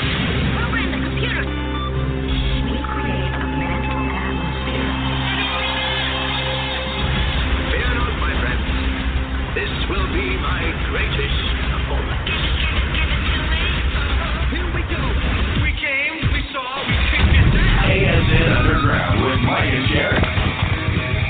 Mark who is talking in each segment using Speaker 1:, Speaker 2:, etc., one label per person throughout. Speaker 1: Program the computer. We create a mental atmosphere.
Speaker 2: Fear not, my friends. This will be my greatest performance. Here we go. We came, we saw, we kicked it down.
Speaker 3: ASN Underground with Mike and Jerry.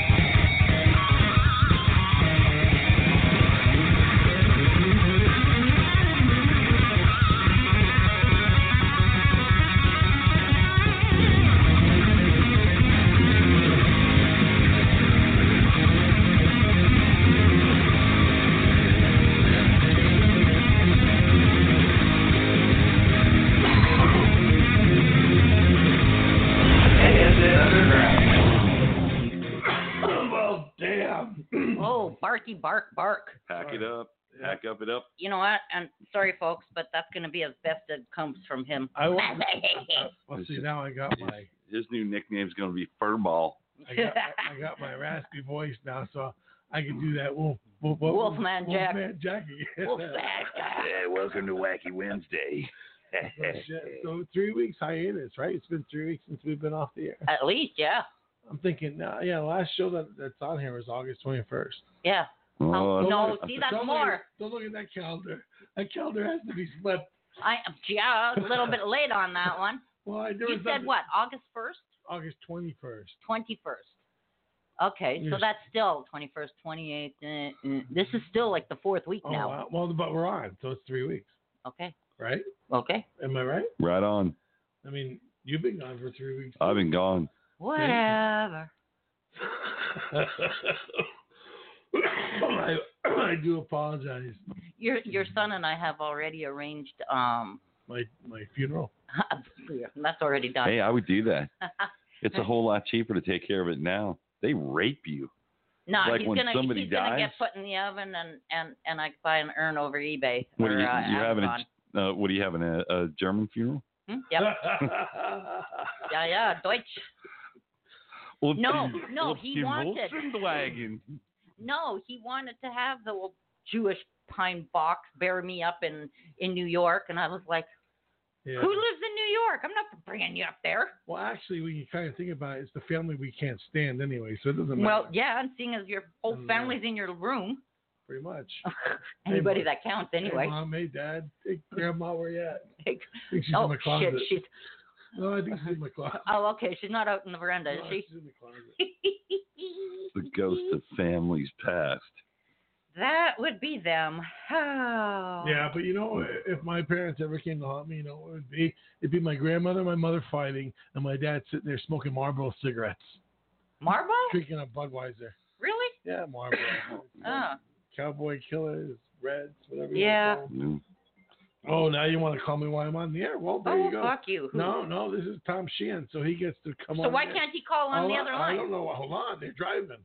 Speaker 3: ASN Underground. Oh, Well, damn.
Speaker 4: Oh, barky bark bark.
Speaker 5: Hack it up. Hack up it up.
Speaker 4: You know what? I'm sorry, folks, but that's going to be as best it comes from him.
Speaker 6: I will. well, see now I got my
Speaker 5: His new nickname's gonna be Furball.
Speaker 6: I got, I got my raspy voice now, so I can do that wolf wolf, wolf
Speaker 4: Wolfman Jack.
Speaker 6: Wolfman Jack again.
Speaker 4: Wolf that
Speaker 2: Hey, welcome to Wacky Wednesday.
Speaker 6: Oh, shit. so three weeks hiatus, right? It's been three weeks since we've been off the air.
Speaker 4: guy. At least, yeah,
Speaker 6: I'm thinking, uh, yeah, the last show that, that's on here was August 21st.
Speaker 4: yeah. Oh, no, see that's
Speaker 6: don't Look,
Speaker 4: more.
Speaker 6: don't look at that calendar. That calendar has to be slept.
Speaker 4: I yeah, a little bit late on that one.
Speaker 6: Well, I there
Speaker 4: You
Speaker 6: was
Speaker 4: said
Speaker 6: that-
Speaker 4: what? August first,
Speaker 6: August 21st.
Speaker 4: twenty first. Okay, so
Speaker 6: Yes.
Speaker 4: that's still twenty first, twenty eighth. eh. This is still like the fourth week
Speaker 6: Oh,
Speaker 4: now.
Speaker 6: wow. well, but we're on, so it's three weeks,
Speaker 4: Okay,
Speaker 6: right?
Speaker 4: okay.
Speaker 6: Am I right?
Speaker 5: Right on.
Speaker 6: I mean, you've been gone for three weeks.
Speaker 5: I've been gone.
Speaker 4: Whatever.
Speaker 6: I, I do apologize.
Speaker 4: Your your son and I have already arranged. Um,
Speaker 6: My my funeral.
Speaker 4: that's already done.
Speaker 5: Hey, I would do that. It's a whole lot cheaper to take care of it now. They rape you.
Speaker 4: No,
Speaker 5: Like
Speaker 4: he's
Speaker 5: when
Speaker 4: gonna
Speaker 5: somebody
Speaker 4: he's gonna get
Speaker 5: dies?
Speaker 4: put in the oven and and and I buy an urn over eBay
Speaker 5: What are
Speaker 4: or
Speaker 5: you,
Speaker 4: uh,
Speaker 5: you're having?
Speaker 4: Amazon.
Speaker 5: A, uh, what are you having? A, a German funeral?
Speaker 4: Hmm? Yep. yeah, yeah, Deutsch.
Speaker 5: Well,
Speaker 4: No, no,
Speaker 5: well,
Speaker 4: he
Speaker 5: den
Speaker 4: wanted-
Speaker 5: Wolfenwagen.
Speaker 4: No, he wanted to have the little Jewish pine box bury me up in in New York, and I was like,
Speaker 6: Yeah.
Speaker 4: who lives in New York? I'm not bringing you up there.
Speaker 6: Well, actually, when you kind of think about it, it's the family we can't stand anyway, so it doesn't matter.
Speaker 4: Well, yeah, and seeing as your whole
Speaker 6: Mm.
Speaker 4: family's in your room,
Speaker 6: pretty much.
Speaker 4: anybody
Speaker 6: Mom.
Speaker 4: that counts
Speaker 6: Hey,
Speaker 4: anyway.
Speaker 6: mom, hey, dad, hey, grandma, where you at? I
Speaker 4: Hey,
Speaker 6: think she's in
Speaker 4: Oh
Speaker 6: the
Speaker 4: shit,
Speaker 6: closet.
Speaker 4: she's
Speaker 6: No, I think she's in the closet.
Speaker 4: oh okay, she's not out in the veranda,
Speaker 6: No,
Speaker 4: is
Speaker 6: she's in the closet.
Speaker 4: she?
Speaker 5: The ghost of families past.
Speaker 4: That would be them. Oh.
Speaker 6: Yeah, but you know, if my parents ever came to haunt me, you know what it would be? It'd be my grandmother and my mother fighting, and my dad sitting there smoking Marlboro cigarettes,
Speaker 4: Marble?
Speaker 6: drinking a Budweiser.
Speaker 4: Really?
Speaker 6: Yeah, Marlboro.
Speaker 4: Oh.
Speaker 6: Cowboy Killers, Reds, whatever.
Speaker 4: Yeah.
Speaker 6: You want to
Speaker 5: Mm.
Speaker 6: call 'em. oh, now you want to call me while I'm on the air? Well, there
Speaker 4: oh,
Speaker 6: you go.
Speaker 4: fuck you. Who-
Speaker 6: No, no, this is Tom Sheehan, so he gets to come on.
Speaker 4: So why
Speaker 6: the air.
Speaker 4: can't he call on
Speaker 6: Hold
Speaker 4: the other
Speaker 6: I
Speaker 4: line?
Speaker 6: don't know. Hold on, they're driving.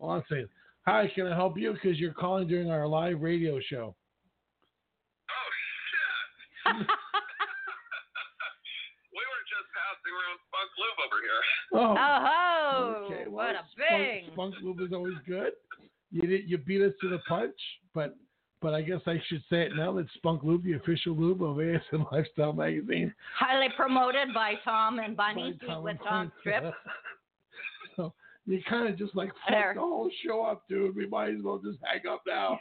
Speaker 6: Hold on, a second. Hi, can I help you? Because you're calling during our live radio show.
Speaker 7: We were just passing around Spunk Lube over here.
Speaker 6: Oh,
Speaker 4: Oh,
Speaker 6: okay. Well,
Speaker 4: what a
Speaker 6: Spunk-
Speaker 4: bang.
Speaker 6: Spunk Lube is always good. You did, you beat us to the punch, but but I guess I should say it now that Spunk Lube, the official lube of ASM Lifestyle Magazine,
Speaker 4: Highly promoted by Tom and Bunny
Speaker 6: By Tom
Speaker 4: with
Speaker 6: and
Speaker 4: Tom's
Speaker 6: Bunny.
Speaker 4: trip.
Speaker 6: so you kind of just like fuck
Speaker 4: There.
Speaker 6: the whole show up, dude. We might as well just hang up now.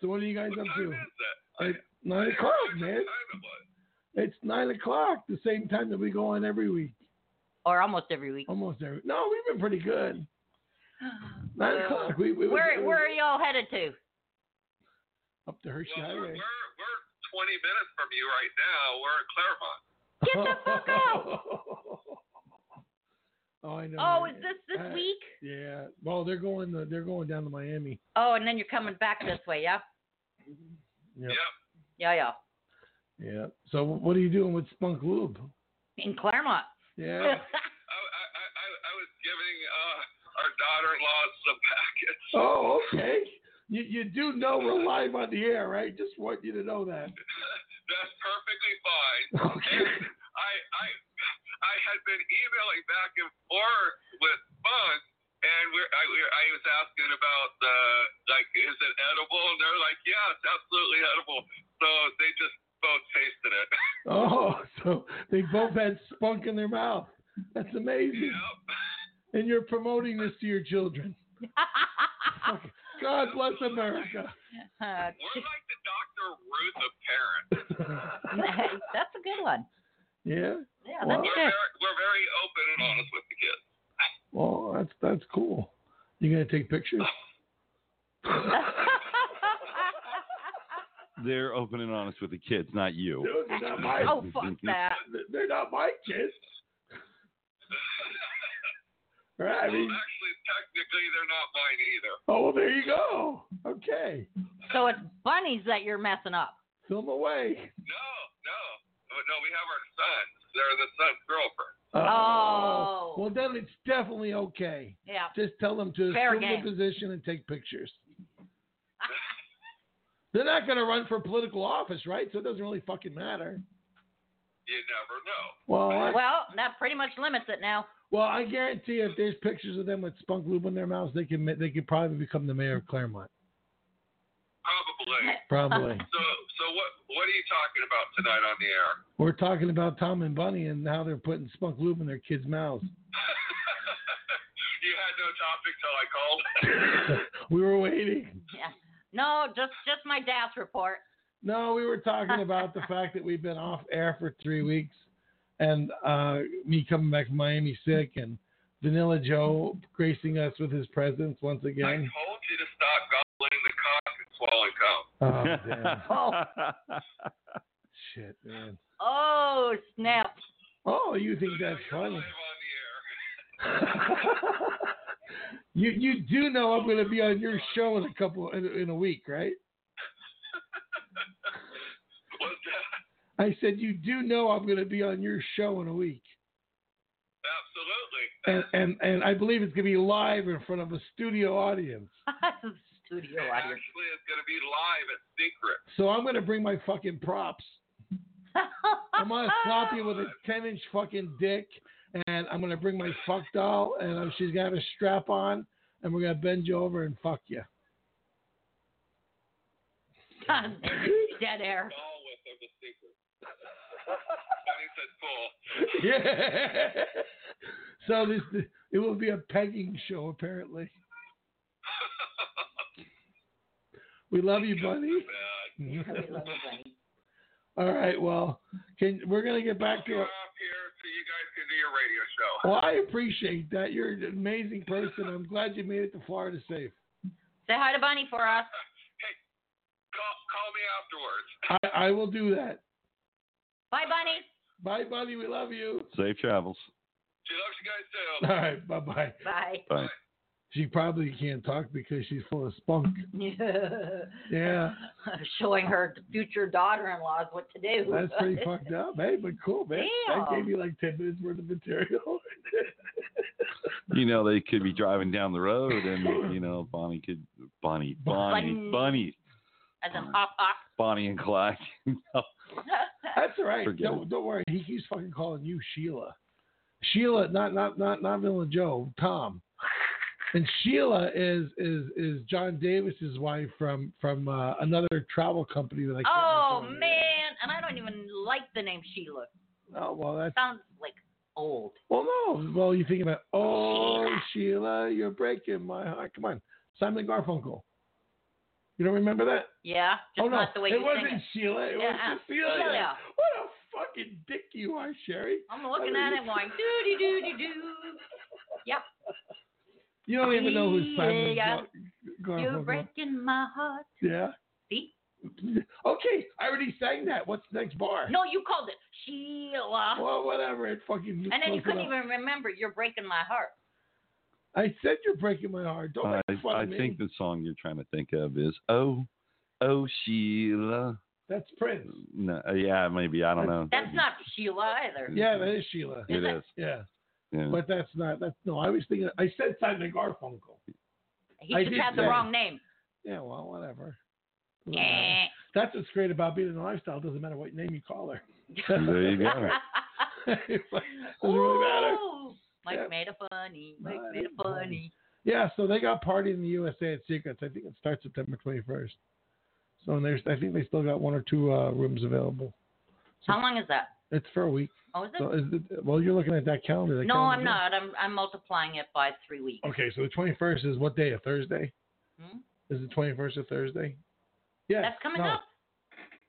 Speaker 6: So what are you guys up to?
Speaker 7: What is that?
Speaker 6: It's nine o'clock, man.
Speaker 7: Time it was.
Speaker 6: It's nine o'clock, the same time that we go on every week,
Speaker 4: or almost every week.
Speaker 6: almost every. No, we've been pretty good. Nine
Speaker 4: Uh,
Speaker 6: o'clock. We, we
Speaker 4: Where
Speaker 6: we-
Speaker 4: where are y'all headed to?
Speaker 6: up to Hershey
Speaker 7: Well, we're,
Speaker 6: Highway.
Speaker 7: we're, we're 20 minutes from you right now. We're in
Speaker 4: Get the
Speaker 7: Claremont.
Speaker 4: fuck out.
Speaker 6: Oh, I know.
Speaker 4: Oh, is this this
Speaker 6: Uh,
Speaker 4: week?
Speaker 6: Yeah. Well, they're going. To, they're going down to Miami.
Speaker 4: Oh, and then you're coming back this way, yeah?
Speaker 6: Yeah.
Speaker 4: Yeah, yeah.
Speaker 6: Yeah. So what are you doing with Spunk Lube?
Speaker 4: In Claremont.
Speaker 6: Yeah.
Speaker 7: I, I, I, I was giving uh, our daughter-in-law some packets.
Speaker 6: Oh, okay. You, you do know we're live on the air, right? Just want you to know that.
Speaker 7: That's perfectly fine.
Speaker 6: Okay.
Speaker 7: And I I I had been emailing back and forth with Bug, and we're I, we're, I was asking about the like, is it edible? And they're like, yeah, it's absolutely edible. So they just both tasted it.
Speaker 6: Oh, so they both had spunk in their mouth. That's amazing.
Speaker 7: yep.
Speaker 6: And you're promoting this to your children. God bless America.
Speaker 4: Uh,
Speaker 7: We're like the Dr. Ruth of parents.
Speaker 4: that's a good one.
Speaker 6: yeah.
Speaker 4: Yeah,
Speaker 6: Wow.
Speaker 4: that's
Speaker 7: We're
Speaker 4: good.
Speaker 7: very, we're very open and honest with the kids.
Speaker 6: Well, that's that's cool. You gonna take pictures?
Speaker 5: They're open and honest with the kids, not you.
Speaker 6: Dude, they're not my,
Speaker 4: oh fuck that!
Speaker 6: they're not my kids. Right, I mean,
Speaker 7: well, actually, technically, they're not mine
Speaker 6: oh, well, there
Speaker 7: either.
Speaker 6: you go. Okay,
Speaker 4: So it's bunnies that you're messing up.
Speaker 6: film away.
Speaker 7: No, no, Oh, no. We have our sons. They're the son's girlfriend.
Speaker 4: Oh.
Speaker 6: Uh, Well, then it's definitely okay.
Speaker 4: Yeah.
Speaker 6: Just tell them to
Speaker 4: Fair
Speaker 6: assume
Speaker 4: game.
Speaker 6: the position and take pictures. They're not going to run for political office, right? So it doesn't really fucking matter.
Speaker 7: You never know.
Speaker 6: Well, I,
Speaker 4: Well, that pretty much limits it now.
Speaker 6: well, I guarantee if there's pictures of them with spunk lube in their mouths, they can ma- they could probably become the mayor of Claremont.
Speaker 7: Probably.
Speaker 6: Probably.
Speaker 7: So, so what? What are you talking about tonight on the air?
Speaker 6: We're talking about Tom and Bunny and how they're putting spunk lube in their kids' mouths.
Speaker 7: you had no topic till I called.
Speaker 6: we were waiting.
Speaker 4: Yeah. No, just just my DAS report.
Speaker 6: No, we were talking about the fact that we've been off air for three weeks, and uh, me coming back from Miami sick, and Vanilla Joe gracing us with his presence once
Speaker 7: I
Speaker 6: again.
Speaker 7: told you to stop gobbling the cock and swallowing cum.
Speaker 6: Oh, damn. shit, man.
Speaker 4: Oh snap!
Speaker 6: Oh, you think that's
Speaker 7: You're
Speaker 6: funny?
Speaker 7: live on the air.
Speaker 6: you you do know I'm going to be on your show in a couple in, in a week, right?
Speaker 7: What's that?
Speaker 6: I said you do know I'm going to be on your show in a week,
Speaker 7: Absolutely.
Speaker 6: and and and I believe it's going to be live in front of a studio audience.
Speaker 4: Studio audience.
Speaker 7: Actually, it's going to be live at Secret.
Speaker 6: So I'm going to bring my fucking props. I'm gonna slap you with a ten inch fucking dick, and I'm gonna bring my fuck doll, and uh, she's gonna have a strap on, and we're gonna bend you over and fuck you.
Speaker 4: Dead air.
Speaker 7: Ball with of the Secret. and he said, full.
Speaker 6: Yeah. so this it will be a pegging show apparently. We love you, buddy.
Speaker 7: Bad.
Speaker 6: All right, well, can we're gonna get back to.
Speaker 7: Get
Speaker 6: Our,
Speaker 7: off here so you guys can do your radio show.
Speaker 6: well, I appreciate that. You're an amazing person. I'm glad you made it to Florida safe.
Speaker 4: Say hi to Bunny for us.
Speaker 7: Call, call me afterwards.
Speaker 6: I, I will do that.
Speaker 4: Bye, Bunny.
Speaker 6: Bye, buddy. We love you.
Speaker 5: Safe travels.
Speaker 7: She loves you guys too.
Speaker 6: All right, bye bye.
Speaker 4: Bye.
Speaker 5: Bye.
Speaker 6: She probably can't talk because she's full of spunk. Yeah,
Speaker 4: Showing her future daughter-in-laws what to do.
Speaker 6: that's pretty fucked up. Hey, but cool, man. That
Speaker 4: Damn.
Speaker 6: gave you like 10 minutes worth of material.
Speaker 5: You know, they could be driving down the road and, you know, Bonnie could, Bonnie, Bonnie,
Speaker 4: Bunny.
Speaker 5: Bonnie,
Speaker 4: As in pop pop.
Speaker 5: Bonnie and Clyde.
Speaker 6: that's all right.
Speaker 5: Forget
Speaker 6: Don't, don't worry. He keeps fucking calling you Sheila. Sheila, not not not not Villain Joe, Tom. And Sheila is is is John Davis's wife from from uh, another travel company that I can't
Speaker 4: Oh
Speaker 6: remember.
Speaker 4: man, and I don't even like the name Sheila.
Speaker 6: Oh well, that's
Speaker 4: Sounds like old.
Speaker 6: Well, no. Well, you think about, oh, Sheila, you're breaking my heart. Come on, Simon and Garfunkel. You don't remember that?
Speaker 4: Yeah, just
Speaker 6: oh no,
Speaker 4: not the way
Speaker 6: it
Speaker 4: you
Speaker 6: wasn't
Speaker 4: sing it. Uh-huh.
Speaker 6: Sheila.
Speaker 4: Oh,
Speaker 6: It
Speaker 4: Yeah,
Speaker 6: was Cecilia.
Speaker 4: Cecilia.
Speaker 6: What a fucking dick you are, Sherry.
Speaker 4: I'm looking at it going doo doo doo doo doo.
Speaker 6: You don't even know who Simon and
Speaker 4: Yeah.
Speaker 6: Gar-
Speaker 4: You're
Speaker 6: Garfunkel.
Speaker 4: breaking my heart.
Speaker 6: Yeah.
Speaker 4: See?
Speaker 6: Okay, I already sang that. What's the next bar?
Speaker 4: No, you called it Sheila.
Speaker 6: Well, whatever. It fucking.
Speaker 4: and then you
Speaker 6: close
Speaker 4: couldn't
Speaker 6: enough.
Speaker 4: even remember. You're breaking my heart.
Speaker 6: I said you're breaking my heart. Don't
Speaker 5: I,
Speaker 6: make fun
Speaker 5: I
Speaker 6: of me.
Speaker 5: think the song you're trying to think of is, oh, oh, Sheila.
Speaker 6: that's Prince.
Speaker 5: No, yeah, maybe. I don't know.
Speaker 4: That's not Sheila either.
Speaker 6: Yeah, that is Sheila.
Speaker 5: It is.
Speaker 6: Yeah.
Speaker 5: Yeah.
Speaker 6: But that's not. That's no. I was thinking. I said Simon Garfunkel.
Speaker 4: He
Speaker 6: I
Speaker 4: just
Speaker 6: did
Speaker 4: had the
Speaker 6: say-
Speaker 4: wrong name.
Speaker 6: Yeah. Well, whatever. Doesn't matter.
Speaker 4: Yeah.
Speaker 6: That's what's great about being in the lifestyle. Doesn't matter what name you call her.
Speaker 5: There you go.
Speaker 6: Doesn't really matter.
Speaker 4: Ooh, Mike
Speaker 6: Yeah.
Speaker 4: made a funny. Mike
Speaker 6: Mine
Speaker 4: made
Speaker 6: is
Speaker 4: a funny.
Speaker 6: Yeah. So they got party in the USA at Secrets. I think it starts September 21st. So and there's. I think they still got one or two uh, rooms available.
Speaker 4: How long is that?
Speaker 6: It's for a week.
Speaker 4: Oh, is it?
Speaker 6: So is it, well, you're looking at that calendar. that
Speaker 4: no,
Speaker 6: calendar
Speaker 4: I'm not. I'm I'm multiplying it by three weeks.
Speaker 6: Okay, so the 21st is what day? A Thursday?
Speaker 4: Hmm?
Speaker 6: Is the 21st a Thursday? Yeah.
Speaker 4: That's coming
Speaker 6: no.
Speaker 4: up.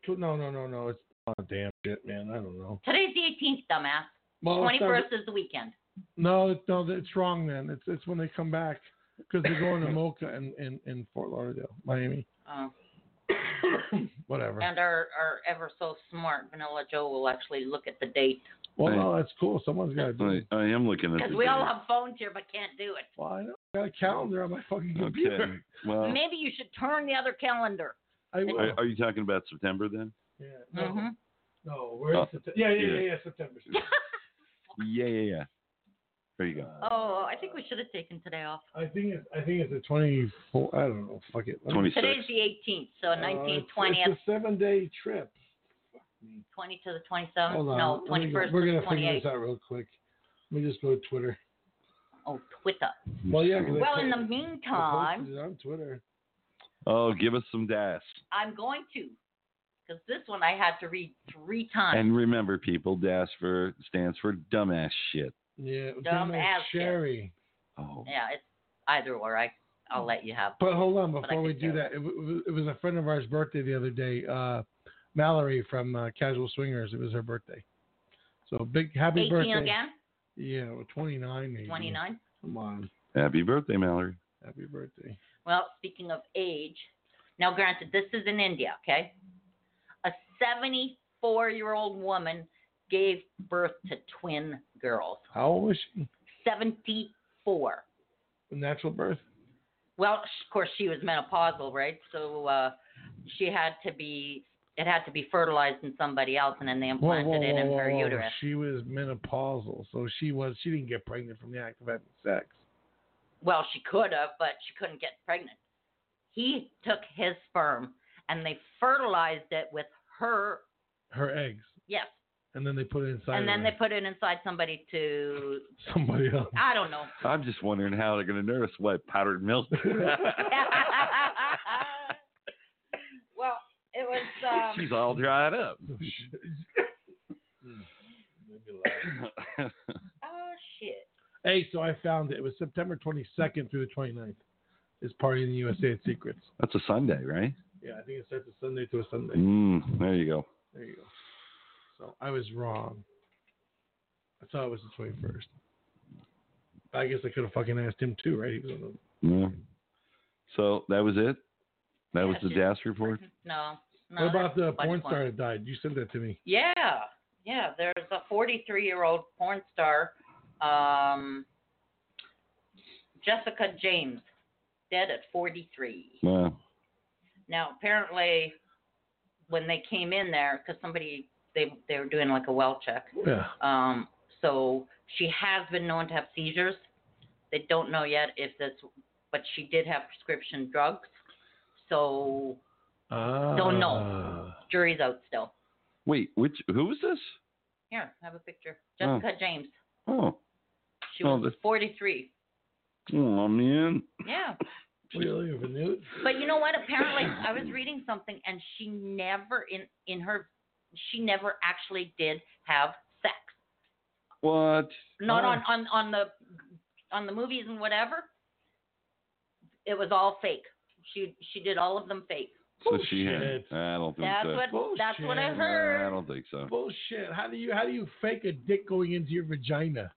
Speaker 6: Tw- No, no, no, no. It's oh, damn shit, man. I don't know.
Speaker 4: Today's the 18th, dumbass.
Speaker 6: Well, it's
Speaker 4: 21st
Speaker 6: not-
Speaker 4: is the weekend.
Speaker 6: No, it's- no, it's wrong then. It's it's when they come back because they're going to Mocha and in, in, Fort Lauderdale, Miami,
Speaker 4: Oh.
Speaker 6: whatever.
Speaker 4: and our, our ever so smart Vanilla Joe will actually look at the date
Speaker 6: well, no, that's cool. Someone's got to do.
Speaker 5: I,
Speaker 6: it.
Speaker 5: I am looking at
Speaker 4: because
Speaker 5: the
Speaker 4: we all
Speaker 5: date.
Speaker 4: have phones here but can't do it.
Speaker 6: Well, I know. I got a calendar on my fucking computer.
Speaker 5: Okay.
Speaker 6: Uh.
Speaker 5: Well,
Speaker 4: Maybe you should turn the other calendar.
Speaker 6: I will.
Speaker 5: are, are you talking about September then?
Speaker 6: yeah. No,
Speaker 4: hmm
Speaker 6: no, we're in
Speaker 5: Oh,
Speaker 6: September. Yeah, yeah,
Speaker 5: yeah.
Speaker 6: Uh, yeah, yeah, September.
Speaker 5: Yeah, yeah, yeah. There you go.
Speaker 4: Oh, I think we should have taken today off.
Speaker 6: I think it's I think it's the 24. I don't know. Fuck it. Let me-
Speaker 5: 26.
Speaker 4: Today's the 18th, so
Speaker 6: Uh,
Speaker 4: 19th,
Speaker 6: it's-
Speaker 4: 20th,
Speaker 6: It's a seven day trip.
Speaker 4: 20 to the 27th.
Speaker 6: Hold on.
Speaker 4: Uh, No,
Speaker 6: let me
Speaker 4: 21st
Speaker 6: go- We're
Speaker 4: to
Speaker 6: gonna
Speaker 4: the
Speaker 6: figure
Speaker 4: 28th.
Speaker 6: this out real quick. Let me just go to Twitter.
Speaker 4: Oh, Twitter.
Speaker 6: Well, yeah. 'cause I
Speaker 4: Well, in
Speaker 6: posted- I
Speaker 4: the
Speaker 6: posted
Speaker 4: meantime,
Speaker 6: it on Twitter.
Speaker 5: Oh, give us some dash.
Speaker 4: I'm going to because this one I had to read three times.
Speaker 5: And remember, people, dash for stands for dumbass shit.
Speaker 6: Yeah.
Speaker 4: Dumb
Speaker 6: Donna
Speaker 4: ass shit.
Speaker 6: Sherry.
Speaker 5: Oh,
Speaker 4: yeah, it's either or. I I'll let you have.
Speaker 6: But hold on,
Speaker 4: But I
Speaker 6: before we
Speaker 4: could
Speaker 6: do
Speaker 4: care
Speaker 6: that, it, w- it was a friend of ours' birthday the other day. Uh, Mallory from uh, Casual Swingers. It was her birthday. So big happy
Speaker 4: 18
Speaker 6: birthday.
Speaker 4: again.
Speaker 6: Yeah, well, 29 maybe.
Speaker 4: 29.
Speaker 6: Come on,
Speaker 5: happy birthday, Mallory.
Speaker 6: happy birthday.
Speaker 4: Well, speaking of age, now granted, this is in India, okay? A 74 year old woman gave birth to twin girls.
Speaker 6: How old was she?
Speaker 4: 74.
Speaker 6: Natural birth.
Speaker 4: Well, of course, she was menopausal, right? So uh, she had to be, it had to be fertilized in somebody else, and then they
Speaker 6: Whoa,
Speaker 4: implanted
Speaker 6: whoa,
Speaker 4: it
Speaker 6: whoa,
Speaker 4: in
Speaker 6: whoa,
Speaker 4: her
Speaker 6: whoa.
Speaker 4: uterus.
Speaker 6: She was menopausal, so she was she didn't get pregnant from the act of having sex.
Speaker 4: Well, she could have, but she couldn't get pregnant. He took his sperm and they fertilized it with her,
Speaker 6: Her eggs,
Speaker 4: yes,
Speaker 6: and then they put it inside.
Speaker 4: and then
Speaker 6: her.
Speaker 4: they put it inside somebody to
Speaker 6: somebody else.
Speaker 4: I don't know.
Speaker 5: I'm just wondering how they're going to nurse what powdered milk.
Speaker 4: well, it was. Um,
Speaker 5: She's all dried up.
Speaker 4: oh shit!
Speaker 6: hey, so I found it. It was September 22nd through the 29th. Is party in the USA at Secrets.
Speaker 5: That's a Sunday, right?
Speaker 6: Yeah, I think it starts a Sunday to a Sunday.
Speaker 5: Mm, there you go.
Speaker 6: There you go. So I was wrong. I thought it was the 21st. I guess I could have fucking asked him too, right? He was on the
Speaker 5: Yeah. So that was it. That was the dash report.
Speaker 4: No. no
Speaker 6: What about
Speaker 4: there's
Speaker 6: the
Speaker 4: a
Speaker 6: porn
Speaker 4: bunch more.
Speaker 6: star that died? You sent that to me.
Speaker 4: Yeah, yeah. There's a 43 year old porn star, um, Jessica James, dead at 43.
Speaker 5: Wow.
Speaker 4: Now, apparently, when they came in there, because somebody they they were doing like a well check.
Speaker 6: Yeah.
Speaker 4: Um, so she has been known to have seizures. They don't know yet if this, but she did have prescription drugs. So
Speaker 6: Ah.
Speaker 4: Don't know. jury's out still.
Speaker 5: Wait, which who was this?
Speaker 4: Here, I have a picture.
Speaker 5: Oh.
Speaker 4: Jessica James.
Speaker 5: Oh,
Speaker 4: She
Speaker 5: Oh,
Speaker 4: was
Speaker 5: this-
Speaker 4: 43.
Speaker 5: oh man.
Speaker 4: Yeah.
Speaker 6: Really? Of a nude?
Speaker 4: But you know what? Apparently, I was reading something, and she never in in her, she never actually did have sex.
Speaker 5: What?
Speaker 4: Not
Speaker 6: Oh.
Speaker 4: on on on the on the movies and whatever. It was all fake. She she did all of them fake.
Speaker 5: So she had.
Speaker 6: Bullshit.
Speaker 5: I don't think
Speaker 4: That's
Speaker 5: so.
Speaker 4: what
Speaker 6: Oh,
Speaker 4: that's what I
Speaker 6: Bullshit.
Speaker 5: I
Speaker 4: heard.
Speaker 5: don't think so.
Speaker 6: Bullshit. How do you how do you fake a dick going into your vagina?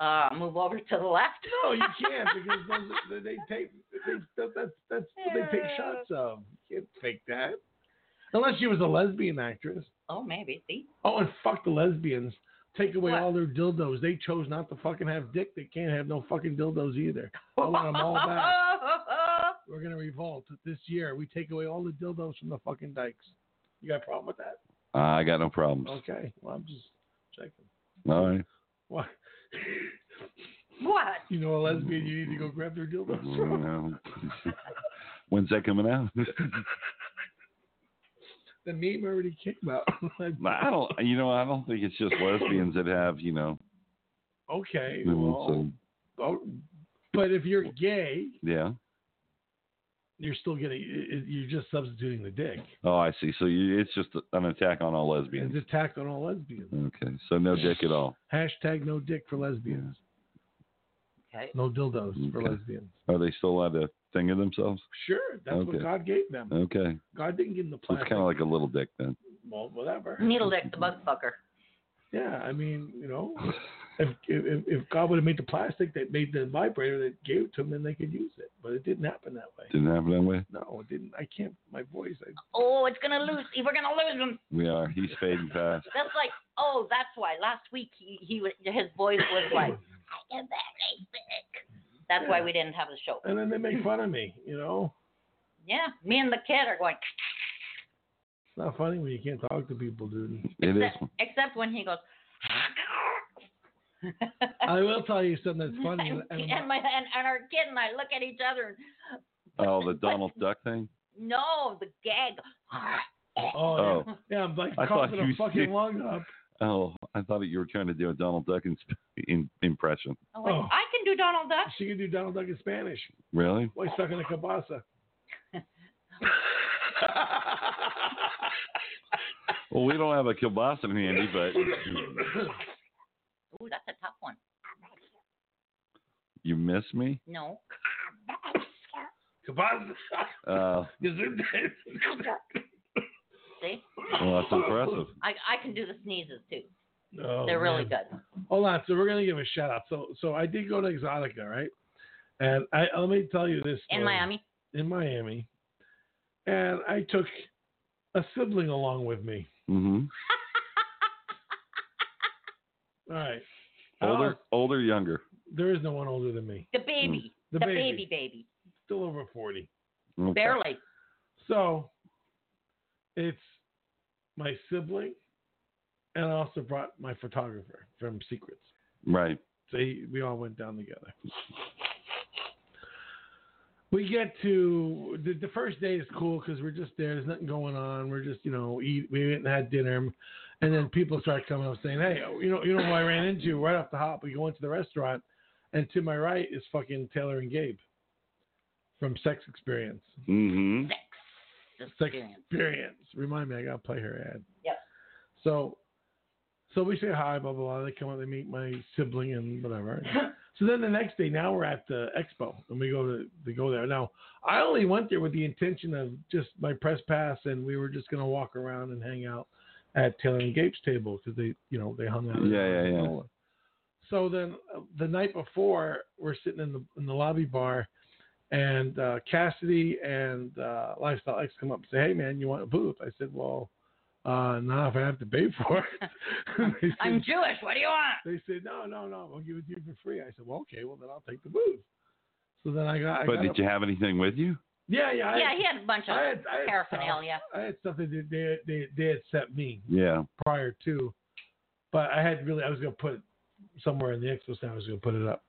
Speaker 4: Uh, move over to the left.
Speaker 6: No, you can't because those, they take they, that, that's that's what they take shots of. You can't fake that unless she was a lesbian actress.
Speaker 4: Oh, maybe. See,
Speaker 6: Oh, and fuck the lesbians. Take away
Speaker 4: What?
Speaker 6: all their dildos. They chose not to fucking have dick. They can't have no fucking dildos either. I want them Oh, all back. We're gonna revolt this year. We take away all the dildos from the fucking dykes. You got a problem with that?
Speaker 5: I got no problems.
Speaker 6: Okay. Well, I'm just checking.
Speaker 5: All right.
Speaker 6: What? You know a lesbian, you need to go
Speaker 5: Mm-hmm.
Speaker 6: grab their dildos.
Speaker 5: You know. When's that coming out?
Speaker 6: the name already came out. Like,
Speaker 5: I don't. You know, I don't think it's just lesbians that have. You know.
Speaker 6: okay,
Speaker 5: you know,
Speaker 6: well,
Speaker 5: Mm-hmm, so,
Speaker 6: oh, but if you're gay,
Speaker 5: yeah.
Speaker 6: you're still getting. i- i- You're just substituting the dick.
Speaker 5: Oh, I see. So you, it's just an attack on all
Speaker 6: It's
Speaker 5: lesbians.
Speaker 6: attack on all lesbians.
Speaker 5: Okay. So no dick at all.
Speaker 6: Hashtag no dick for lesbians.
Speaker 4: Okay.
Speaker 6: No dildos for
Speaker 5: Okay.
Speaker 6: lesbians.
Speaker 5: Are they still allowed to finger themselves?
Speaker 6: Sure, that's
Speaker 5: Okay.
Speaker 6: what God gave them.
Speaker 5: Okay.
Speaker 6: God didn't give them the
Speaker 5: So it's
Speaker 6: plastic.
Speaker 5: kind of like a little dick then.
Speaker 6: well, whatever.
Speaker 4: Needle dick the bug fucker.
Speaker 6: Yeah, I mean, you know, if if, if God would have made the plastic that made the vibrator that gave it to them, then they could use it. But it didn't happen that way.
Speaker 5: Didn't happen that way.
Speaker 6: No, it didn't. I can't. My voice. I,
Speaker 4: Oh, it's gonna lose. We're gonna lose him.
Speaker 5: We are. He's fading fast.
Speaker 4: That's like, oh, that's why. Last week he, he was- his voice was like, I am very sick. That's why we didn't have the show.
Speaker 6: and then they make fun of me. You know,
Speaker 4: Yeah, me and the kid are going.
Speaker 6: it's not funny when you can't talk to people, dude.
Speaker 5: It is.
Speaker 4: Except, except when he goes.
Speaker 6: I will tell you something that's funny.
Speaker 4: and,
Speaker 6: And, and
Speaker 4: and my and, and our kid and I look at each other.
Speaker 5: Oh, the Donald Duck thing.
Speaker 4: And, no, the gag.
Speaker 6: oh, yeah.
Speaker 5: Oh,
Speaker 6: yeah, I'm like
Speaker 5: I thought
Speaker 6: coughing
Speaker 5: you
Speaker 6: a fucking
Speaker 5: said-
Speaker 6: lung up.
Speaker 5: oh! I thought that you were trying to do a Donald Duck in, in, impression.
Speaker 4: I'm like,
Speaker 6: Oh.
Speaker 4: I can do Donald Duck.
Speaker 6: She can do Donald Duck in Spanish.
Speaker 5: Really?
Speaker 6: Why stuck in a cabasa?
Speaker 5: Well, we don't have a kielbasa handy, but
Speaker 4: Ooh, that's a tough one.
Speaker 5: you miss me.
Speaker 4: No.
Speaker 3: Kabaz.
Speaker 5: Uh,
Speaker 4: See,
Speaker 5: well, that's impressive.
Speaker 4: I I can do the sneezes too.
Speaker 6: Oh,
Speaker 4: They're really
Speaker 6: man.
Speaker 4: good.
Speaker 6: Hold on. So we're gonna give a shout out. So so I did go to Exotica, right? And I let me tell you this.
Speaker 4: In
Speaker 6: story.
Speaker 4: Miami,
Speaker 6: In Miami. And I took a sibling along with me.
Speaker 5: hmm
Speaker 6: All right.
Speaker 5: Older,
Speaker 6: Oh,
Speaker 5: older, younger.
Speaker 6: there is no one older than me.
Speaker 4: the baby,
Speaker 6: Mm. The,
Speaker 4: the
Speaker 6: baby,
Speaker 4: baby, baby,
Speaker 6: still over forty.
Speaker 5: Okay.
Speaker 4: barely.
Speaker 6: So it's my sibling, and I also brought my photographer from Secrets.
Speaker 5: Right.
Speaker 6: So he, we all went down together. We get to the, the first day is cool because we're just there. There's nothing going on. We're just you know eat. We went and had dinner, and then people start coming up saying, "Hey, you know, you know who I ran into right off the hop." We go into the restaurant, and to my right is fucking Taylor and Gabe from Sex Experience.
Speaker 5: Mm-hmm.
Speaker 4: Sex.
Speaker 6: Sex
Speaker 4: experience.
Speaker 6: Experience. Remind me, I gotta play her ad.
Speaker 4: Yep.
Speaker 6: So, so we say hi, blah blah blah. They come up, they meet my sibling and whatever. so then the next day, now we're at the expo and we go to to go there. Now I only went there with the intention of just my press pass, and we were just gonna walk around and hang out at Taylor and Gabe's table because they, you know, they hung out. at
Speaker 5: Yeah, yeah, yeah.
Speaker 6: Coca-Cola. So then uh, the night before, we're sitting in the in the lobby bar, and uh, Cassidy and uh, Lifestyle X come up and say, "Hey, man, you want a booth?" I said, "Well, uh, not if I have to pay for it." They said-
Speaker 4: I'm Jewish. What do you want?
Speaker 6: they said, "No, no, no, we'll give it to you for free." I said, "Well, okay, well then I'll take the booth." So then I got. I
Speaker 5: But
Speaker 6: got
Speaker 5: did
Speaker 6: a-
Speaker 5: you have anything with you?
Speaker 6: Yeah, yeah, I,
Speaker 4: yeah, he had a bunch of
Speaker 6: I had, I had
Speaker 4: paraphernalia.
Speaker 6: Stuff, I had stuff that they- they they they had sent me
Speaker 5: Yeah.
Speaker 6: prior to, but I had really I was gonna put it somewhere in the expo stand. I was gonna put it up.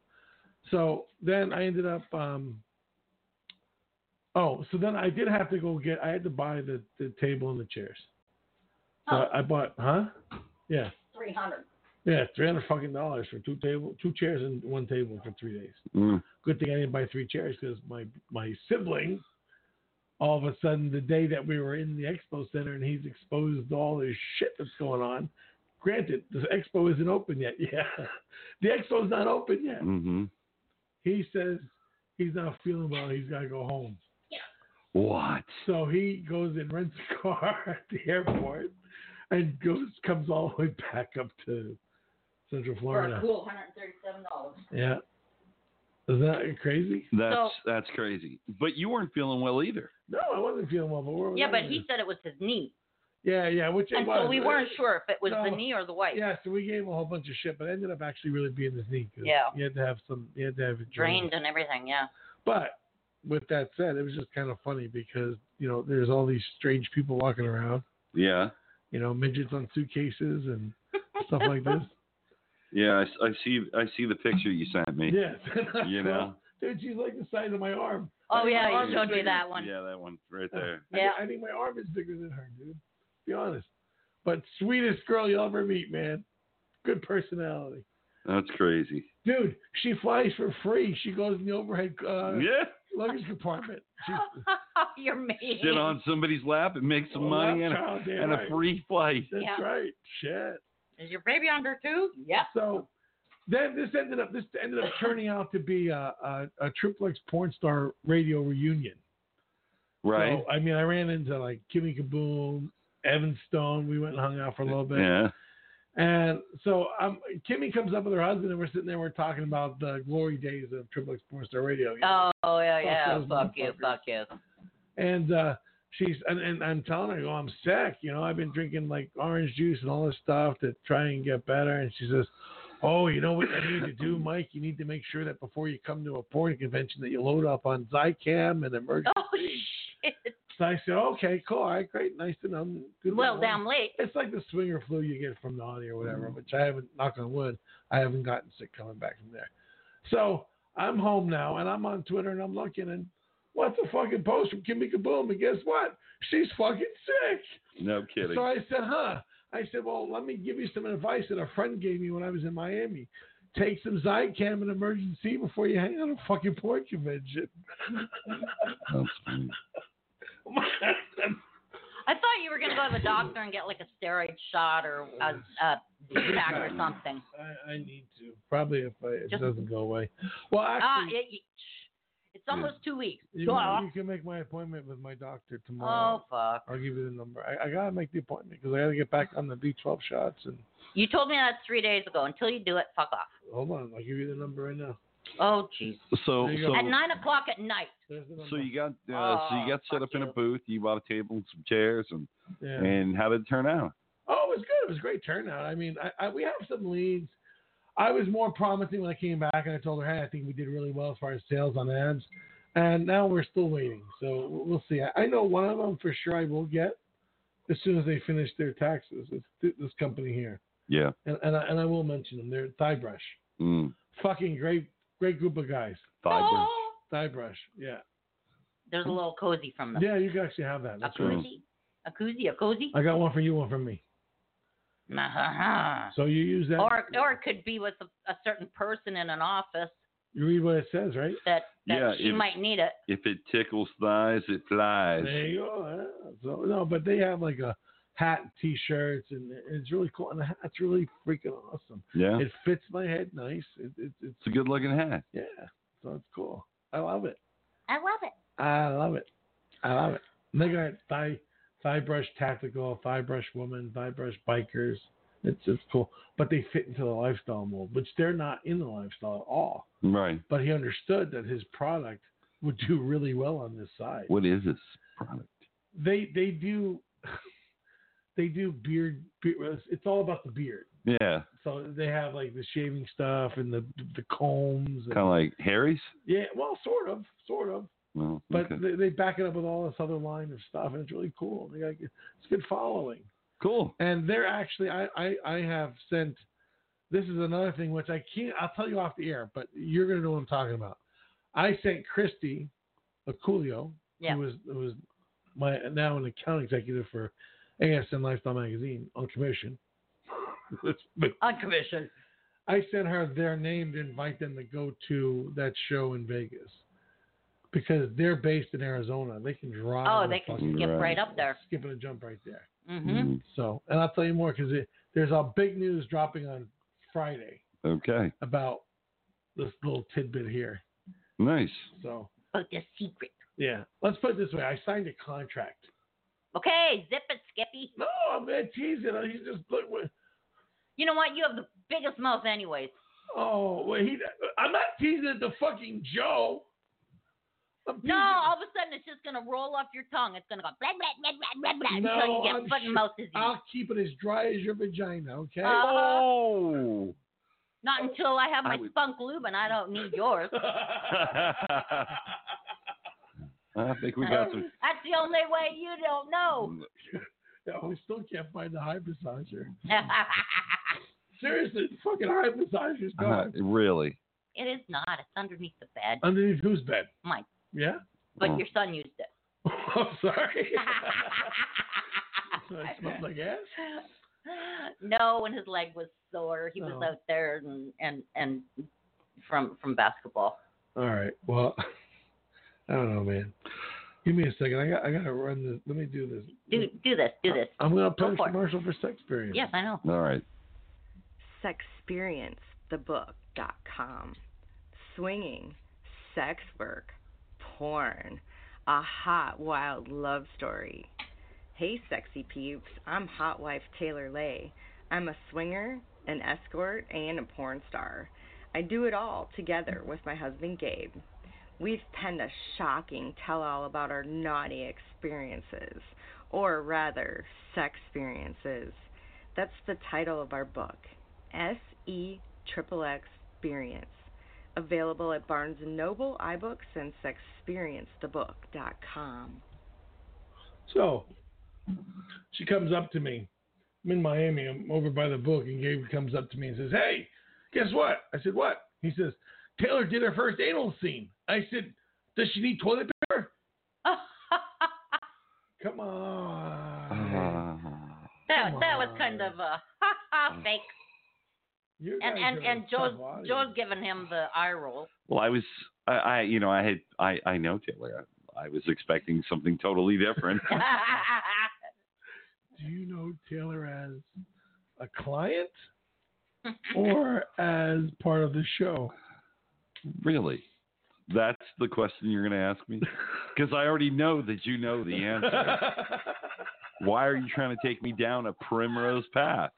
Speaker 6: So then I ended up. Um, oh, so then I did have to go get. I had to buy the the table and the chairs. So
Speaker 4: Oh.
Speaker 6: I bought, huh? Yeah.
Speaker 4: Three hundred.
Speaker 6: Yeah, three hundred fucking dollars for two table, two chairs and one table for three days.
Speaker 5: Mm.
Speaker 6: Good thing I didn't buy three chairs because my my sibling, all of a sudden, the day that we were in the expo center and he's exposed to all this shit that's going on. Granted, the expo isn't open yet. Yeah, the expo's not open yet.
Speaker 5: Mm-hmm.
Speaker 6: He says he's not feeling well. He's got to go home.
Speaker 5: What?
Speaker 6: So he goes and rents a car at the airport and goes comes all the way back up to Central
Speaker 4: For
Speaker 6: Florida.
Speaker 4: a cool hundred and thirty-seven dollars.
Speaker 6: Yeah. Is that crazy?
Speaker 5: That's
Speaker 4: So-
Speaker 5: that's crazy. But you weren't feeling well either.
Speaker 6: No, I wasn't feeling well, but we're
Speaker 4: Yeah, but he said it was his knee,
Speaker 6: Yeah, yeah, which it
Speaker 4: and
Speaker 6: was.
Speaker 4: so we weren't sure if it was the
Speaker 6: No.
Speaker 4: knee or the wife.
Speaker 6: Yeah, so we gave him a whole bunch of shit, but it ended up actually really being his knee. 'cause
Speaker 4: Yeah.
Speaker 6: You had to have some. You had to have it
Speaker 4: Drained and everything. Yeah.
Speaker 6: But with that said, it was just kind of funny because you know there's all these strange people walking around.
Speaker 5: Yeah.
Speaker 6: You know, midgets on suitcases and stuff like this.
Speaker 5: Yeah, I s- I, see. I see the picture you sent me.
Speaker 6: Yes.
Speaker 5: You know.
Speaker 6: Dude, she's like the size of my arm.
Speaker 4: Oh yeah,
Speaker 6: Arms
Speaker 4: you showed me
Speaker 6: bigger.
Speaker 4: that one.
Speaker 5: Yeah, that one right there.
Speaker 6: I
Speaker 4: Yeah.
Speaker 6: think- I think my arm is bigger than her, dude. Be honest. But sweetest girl you'll ever meet, man. Good personality.
Speaker 5: That's crazy.
Speaker 6: Dude, she flies for free. She goes in the overhead uh,
Speaker 5: yeah.
Speaker 6: luggage compartment. She's
Speaker 4: You're mean.
Speaker 5: Sit on somebody's lap and make some
Speaker 6: Oh,
Speaker 5: money
Speaker 6: that's
Speaker 5: and a,
Speaker 6: how damn
Speaker 5: and a
Speaker 6: right.
Speaker 5: free flight.
Speaker 6: That's
Speaker 4: Yeah.
Speaker 6: right. Shit.
Speaker 4: Is your baby under two? Yep.
Speaker 6: So then this ended up this ended up turning out to be a, a, a triplex porn star radio reunion.
Speaker 5: Right.
Speaker 6: So, I mean, I ran into like Kimmy Kaboom, Evan Stone. We went and hung out for a little bit.
Speaker 5: yeah.
Speaker 6: And so um, Kimmy comes up with her husband, and we're sitting there, we're talking about the glory days of Triple X Porn Star Radio. you know?
Speaker 4: Oh yeah, yeah.
Speaker 6: those
Speaker 4: Fuck you,
Speaker 6: motherfuckers.
Speaker 4: fuck you.
Speaker 6: And uh, she's, and, and I'm telling her, I go, I'm sick. You know, I've been drinking like orange juice and all this stuff to try and get better. And she says, Oh, you know what I need to do, Mike? You need to make sure that before you come to a porn convention that you load up on Zycam and emergency.
Speaker 4: Oh shit.
Speaker 6: So I said, Okay, cool. All right, great. Nice to know. Good
Speaker 4: Well,
Speaker 6: luck."
Speaker 4: damn late.
Speaker 6: It's like the swinger flu you get from Naughty or whatever, which I haven't, knock on wood, I haven't gotten sick coming back from there. So I'm home now and I'm on Twitter and I'm looking and what's a fucking post from Kimmy Kaboom? And guess what? She's fucking sick.
Speaker 5: No kidding.
Speaker 6: So I said, huh? I said, well, let me give you some advice that a friend gave me when I was in Miami. Take some Zycam in emergency before you hang out at a fucking porn convention.
Speaker 5: That's funny.
Speaker 4: I thought you were gonna go to the doctor and get like a steroid shot or a, a pack or something.
Speaker 6: I, I need to. Probably if I, it
Speaker 4: Just-
Speaker 6: doesn't go away. Well, actually,
Speaker 4: Ah, it, it- it's almost two weeks.
Speaker 6: You,
Speaker 4: Go
Speaker 6: can-
Speaker 4: on.
Speaker 6: you can make my appointment with my doctor tomorrow.
Speaker 4: Oh fuck.
Speaker 6: I'll give you the number. I, I gotta make the appointment because I gotta get back on the B12 shots. And
Speaker 4: You told me that three days ago. Until you do it, fuck off.
Speaker 6: hold on, I'll give you the number right now.
Speaker 4: Oh jeez.
Speaker 5: So
Speaker 6: There you go.
Speaker 5: so
Speaker 4: At nine o'clock at night.
Speaker 6: There's the number.
Speaker 5: so you got uh, so
Speaker 4: Oh,
Speaker 5: you got
Speaker 4: fuck
Speaker 5: set up in a
Speaker 4: you.
Speaker 5: booth. You bought a table and some chairs and
Speaker 6: yeah.
Speaker 5: and how did it turn out?
Speaker 6: Oh, it was good. It was a great turnout. I mean, I, I, we have some leads. I was more promising when I came back, and I told her, "Hey, I think we did really well as far as sales on ads." And now we're still waiting, so we'll see. I, I know one of them for sure. I will get as soon as they finish their taxes. It's th- this company here,
Speaker 5: Yeah.
Speaker 6: and and I, and I will mention them. They're Thigh Brush.
Speaker 5: Mm.
Speaker 6: Fucking great, great group of guys.
Speaker 5: Fiber.
Speaker 4: Oh.
Speaker 6: Thigh brush. Yeah.
Speaker 4: There's a little cozy from them.
Speaker 6: Yeah, you can actually have that.
Speaker 4: a
Speaker 6: That's right.
Speaker 4: cozy, a cozy, a cozy.
Speaker 6: I got one for you, one for me.
Speaker 4: Uh-huh.
Speaker 6: So you use that.
Speaker 4: Or, or it could be with a, a certain person in an office
Speaker 6: you read what it says, right?
Speaker 4: that, that
Speaker 5: Yeah,
Speaker 4: she
Speaker 5: if-
Speaker 4: might need it.
Speaker 5: If it tickles thighs, it flies.
Speaker 6: There you go. yeah. So no, but they have like a hat, and t-shirts, and it's really cool. And the hat's really freaking awesome.
Speaker 5: Yeah.
Speaker 6: It fits my head nice. It, it, it's
Speaker 5: It's a good looking hat.
Speaker 6: yeah. So it's cool. I love it.
Speaker 4: I love it.
Speaker 6: I love it. I love it. And they got thigh thigh brush tactical, thigh brush woman, thigh brush bikers. It's it's cool. But they fit into the lifestyle mold, which they're not in the lifestyle at all.
Speaker 5: Right.
Speaker 6: But he understood that his product would do really well on this side.
Speaker 5: What is this product?
Speaker 6: They they do they do beard, beard it's all about the beard.
Speaker 5: Yeah.
Speaker 6: So they have like the shaving stuff and the the combs. And,
Speaker 5: Kind of like Harry's.
Speaker 6: yeah, well, sort of, sort of.
Speaker 5: Well,
Speaker 6: But
Speaker 5: okay.
Speaker 6: they, they back it up with all this other line of stuff, and it's really cool. They got it's good following,
Speaker 5: cool.
Speaker 6: and they're actually I, I I have sent. This is another thing which I can't. I'll tell you off the air, but you're gonna know what I'm talking about. I sent Christy, Aculio,
Speaker 4: Yeah.
Speaker 6: who was who was my now an account executive for ASN Lifestyle Magazine on commission.
Speaker 4: On commission.
Speaker 6: I sent her their name to invite them to go to that show in Vegas because they're based in Arizona. They can drive.
Speaker 4: Oh,
Speaker 6: and
Speaker 4: they can
Speaker 6: fucking
Speaker 4: skip
Speaker 5: Right.
Speaker 4: right up there.
Speaker 6: skip and a jump right there.
Speaker 4: Mm-hmm.
Speaker 5: Mm,
Speaker 6: So, and I'll tell you more because there's a big news dropping on Friday
Speaker 5: Mm. Okay.
Speaker 6: about this little tidbit here.
Speaker 5: Nice.
Speaker 6: So,
Speaker 4: But the secret.
Speaker 6: yeah, let's put it this way: I signed a contract.
Speaker 4: Okay, zip it, Skippy.
Speaker 6: No, I'm gonna tease it. He's just look. what-
Speaker 4: You know what? You have the biggest mouth, anyways.
Speaker 6: Oh, well, he. I'm not teasing it to fucking Joe. I'm
Speaker 4: No,
Speaker 6: teasing-
Speaker 4: all of a sudden it's just gonna roll off your tongue. It's gonna go blah blah blah blah blah blah until
Speaker 6: No,
Speaker 4: you get
Speaker 6: I'm
Speaker 4: foot and
Speaker 6: sure-
Speaker 4: mouth disease.
Speaker 6: I'll keep it as dry as your vagina, okay?
Speaker 4: Uh,
Speaker 5: Oh.
Speaker 4: Not until I have
Speaker 5: I
Speaker 4: my
Speaker 5: would-
Speaker 4: spunk lube, and I don't need yours.
Speaker 5: I think we got some.
Speaker 4: That's the only way you don't know.
Speaker 5: Mm.
Speaker 6: Yeah, we still can't find the high massager. Seriously, the fucking high massage is
Speaker 5: Uh,
Speaker 6: gone.
Speaker 5: really?
Speaker 4: It is not. It's underneath the bed.
Speaker 6: Underneath whose bed?
Speaker 4: Mine.
Speaker 6: Yeah? Oh,
Speaker 4: But
Speaker 5: Mm.
Speaker 4: your son used it.
Speaker 6: I'm sorry. so I smelled like ass?
Speaker 4: no, and his leg was sore. He was
Speaker 6: Oh.
Speaker 4: out there and and and from from basketball.
Speaker 6: All right. Well, I don't know, man. Give me a second. I got. I gotta run this. Let me do this.
Speaker 4: Do
Speaker 5: Mm.
Speaker 4: do this.
Speaker 5: Oh.
Speaker 4: Do this.
Speaker 6: I'm gonna play
Speaker 4: Go
Speaker 6: a
Speaker 4: for it.
Speaker 6: commercial for sex experience.
Speaker 4: Yes, I know.
Speaker 5: All right.
Speaker 8: Sexperience.com. um, Swinging, sex work, porn, a hot, wild love story. Hey, sexy peeps, I'm Hot Wife Taylor Lay. I'm a swinger, an escort, and a porn star. I do it all together with my husband Gabe. We've penned a shocking tell all about our naughty experiences, or rather, sex experiences. That's the title of our book, S E Triple X Experience. Available at Barnes & Noble, iBooks, and sexperiencethebook.com.
Speaker 6: So she comes up to me. I'm in Miami. I'm over by the book, and Gabe comes up to me and says, "Hey, guess what?" I said, "What?" He says, "Taylor did her first anal scene." I said, "Does she need toilet paper?" Come
Speaker 5: Uh-huh.
Speaker 6: on.
Speaker 5: Uh,
Speaker 4: that
Speaker 6: Come
Speaker 4: that was
Speaker 6: on.
Speaker 4: kind of a ha
Speaker 5: Mm.
Speaker 4: ha fake.
Speaker 6: You guys
Speaker 4: And and
Speaker 6: are a
Speaker 4: and
Speaker 6: tough
Speaker 4: Joe's
Speaker 6: audience.
Speaker 4: Joe's giving him the eye roll.
Speaker 5: well, I was, I, I, you know, I had, I, I know Taylor. I, I was expecting something totally different.
Speaker 6: do you know Taylor as a client or as part of the show?
Speaker 5: really? That's the question you're going to ask me? Because I already know that you know the answer. Why are you trying to take me down a primrose path?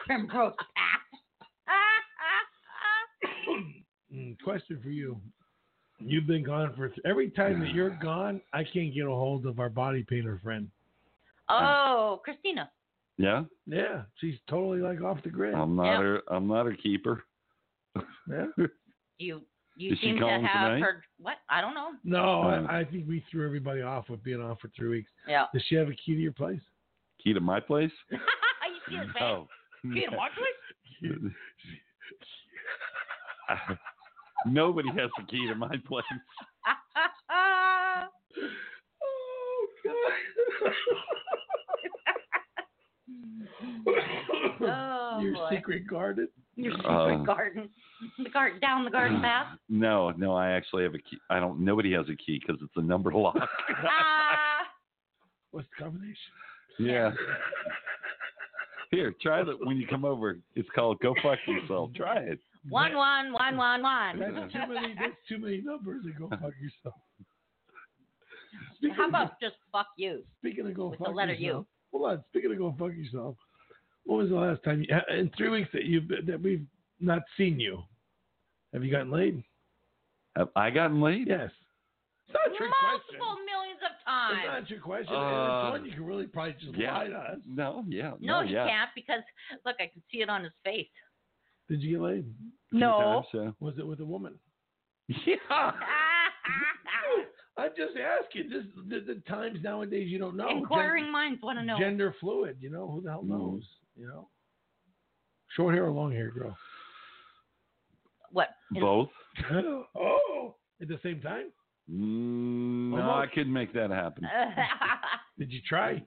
Speaker 4: Primrose path.
Speaker 6: Mm, Question for you. You've been gone for every time that you're gone, I can't get a hold of our body painter friend.
Speaker 5: Um,
Speaker 4: oh, Christina.
Speaker 5: Yeah,
Speaker 6: Yeah, she's totally like off the grid.
Speaker 5: I'm not
Speaker 4: Yeah.
Speaker 5: her. I'm not her keeper.
Speaker 6: Yeah.
Speaker 4: You you
Speaker 5: Is she
Speaker 4: seem to
Speaker 5: calling
Speaker 4: have
Speaker 5: tonight?
Speaker 4: her what? I don't know.
Speaker 6: No,
Speaker 5: Um,
Speaker 6: I, I think we threw everybody off with being off for three weeks.
Speaker 4: Yeah.
Speaker 6: Does she have a key to your place?
Speaker 5: Key to my place?
Speaker 4: you see his face?
Speaker 5: No.
Speaker 4: Key to my place?
Speaker 5: Nobody has the key to my place.
Speaker 6: Oh God.
Speaker 4: oh
Speaker 6: your
Speaker 4: boy.
Speaker 6: secret garden.
Speaker 4: Your secret
Speaker 5: Um,
Speaker 4: garden. The garden down the garden path.
Speaker 5: No, no, I actually have a key. I don't. Nobody has a key because it's a number lock.
Speaker 4: Ah,
Speaker 6: What's the combination?
Speaker 5: yeah. Here, try that when you come over. It's called "Go Fuck Yourself." Try it.
Speaker 4: one one one one one.
Speaker 6: That's too many. That's too many numbers. And go fuck yourself.
Speaker 4: How
Speaker 6: Speaking of,
Speaker 4: about just fuck you?
Speaker 6: speaking of go
Speaker 4: with the
Speaker 6: fuck
Speaker 4: letter U?
Speaker 6: yourself. Hold on. Speaking of go fuck yourself. What was the last time you, in three weeks that you've been- that we've not seen you? Have you gotten laid?
Speaker 5: Have I gotten laid?
Speaker 6: Yes. It's not a trick question.
Speaker 4: Multiple millions of
Speaker 6: It's not
Speaker 4: times.
Speaker 6: a trick question.
Speaker 5: Uh,
Speaker 6: and it's one you can really probably just
Speaker 5: yeah.
Speaker 6: lie to us.
Speaker 5: No. Yeah.
Speaker 4: No, he
Speaker 5: Oh, yeah.
Speaker 4: can't because look, I can see it on his face.
Speaker 6: Did you get laid?
Speaker 5: Two
Speaker 8: No.
Speaker 5: times,
Speaker 6: Was it with a woman?
Speaker 5: yeah. Yeah.
Speaker 4: Ah.
Speaker 6: I'm just asking. This the, the times nowadays you don't know.
Speaker 4: Inquiring minds want to know.
Speaker 6: gender fluid. You know who the
Speaker 5: Mm.
Speaker 6: hell knows? You know, short hair or long hair girl.
Speaker 4: what? in-
Speaker 5: Both.
Speaker 6: oh, at the same time.
Speaker 5: Mm, no, I
Speaker 6: Almost.
Speaker 5: could make that happen.
Speaker 4: Uh.
Speaker 6: Did you try?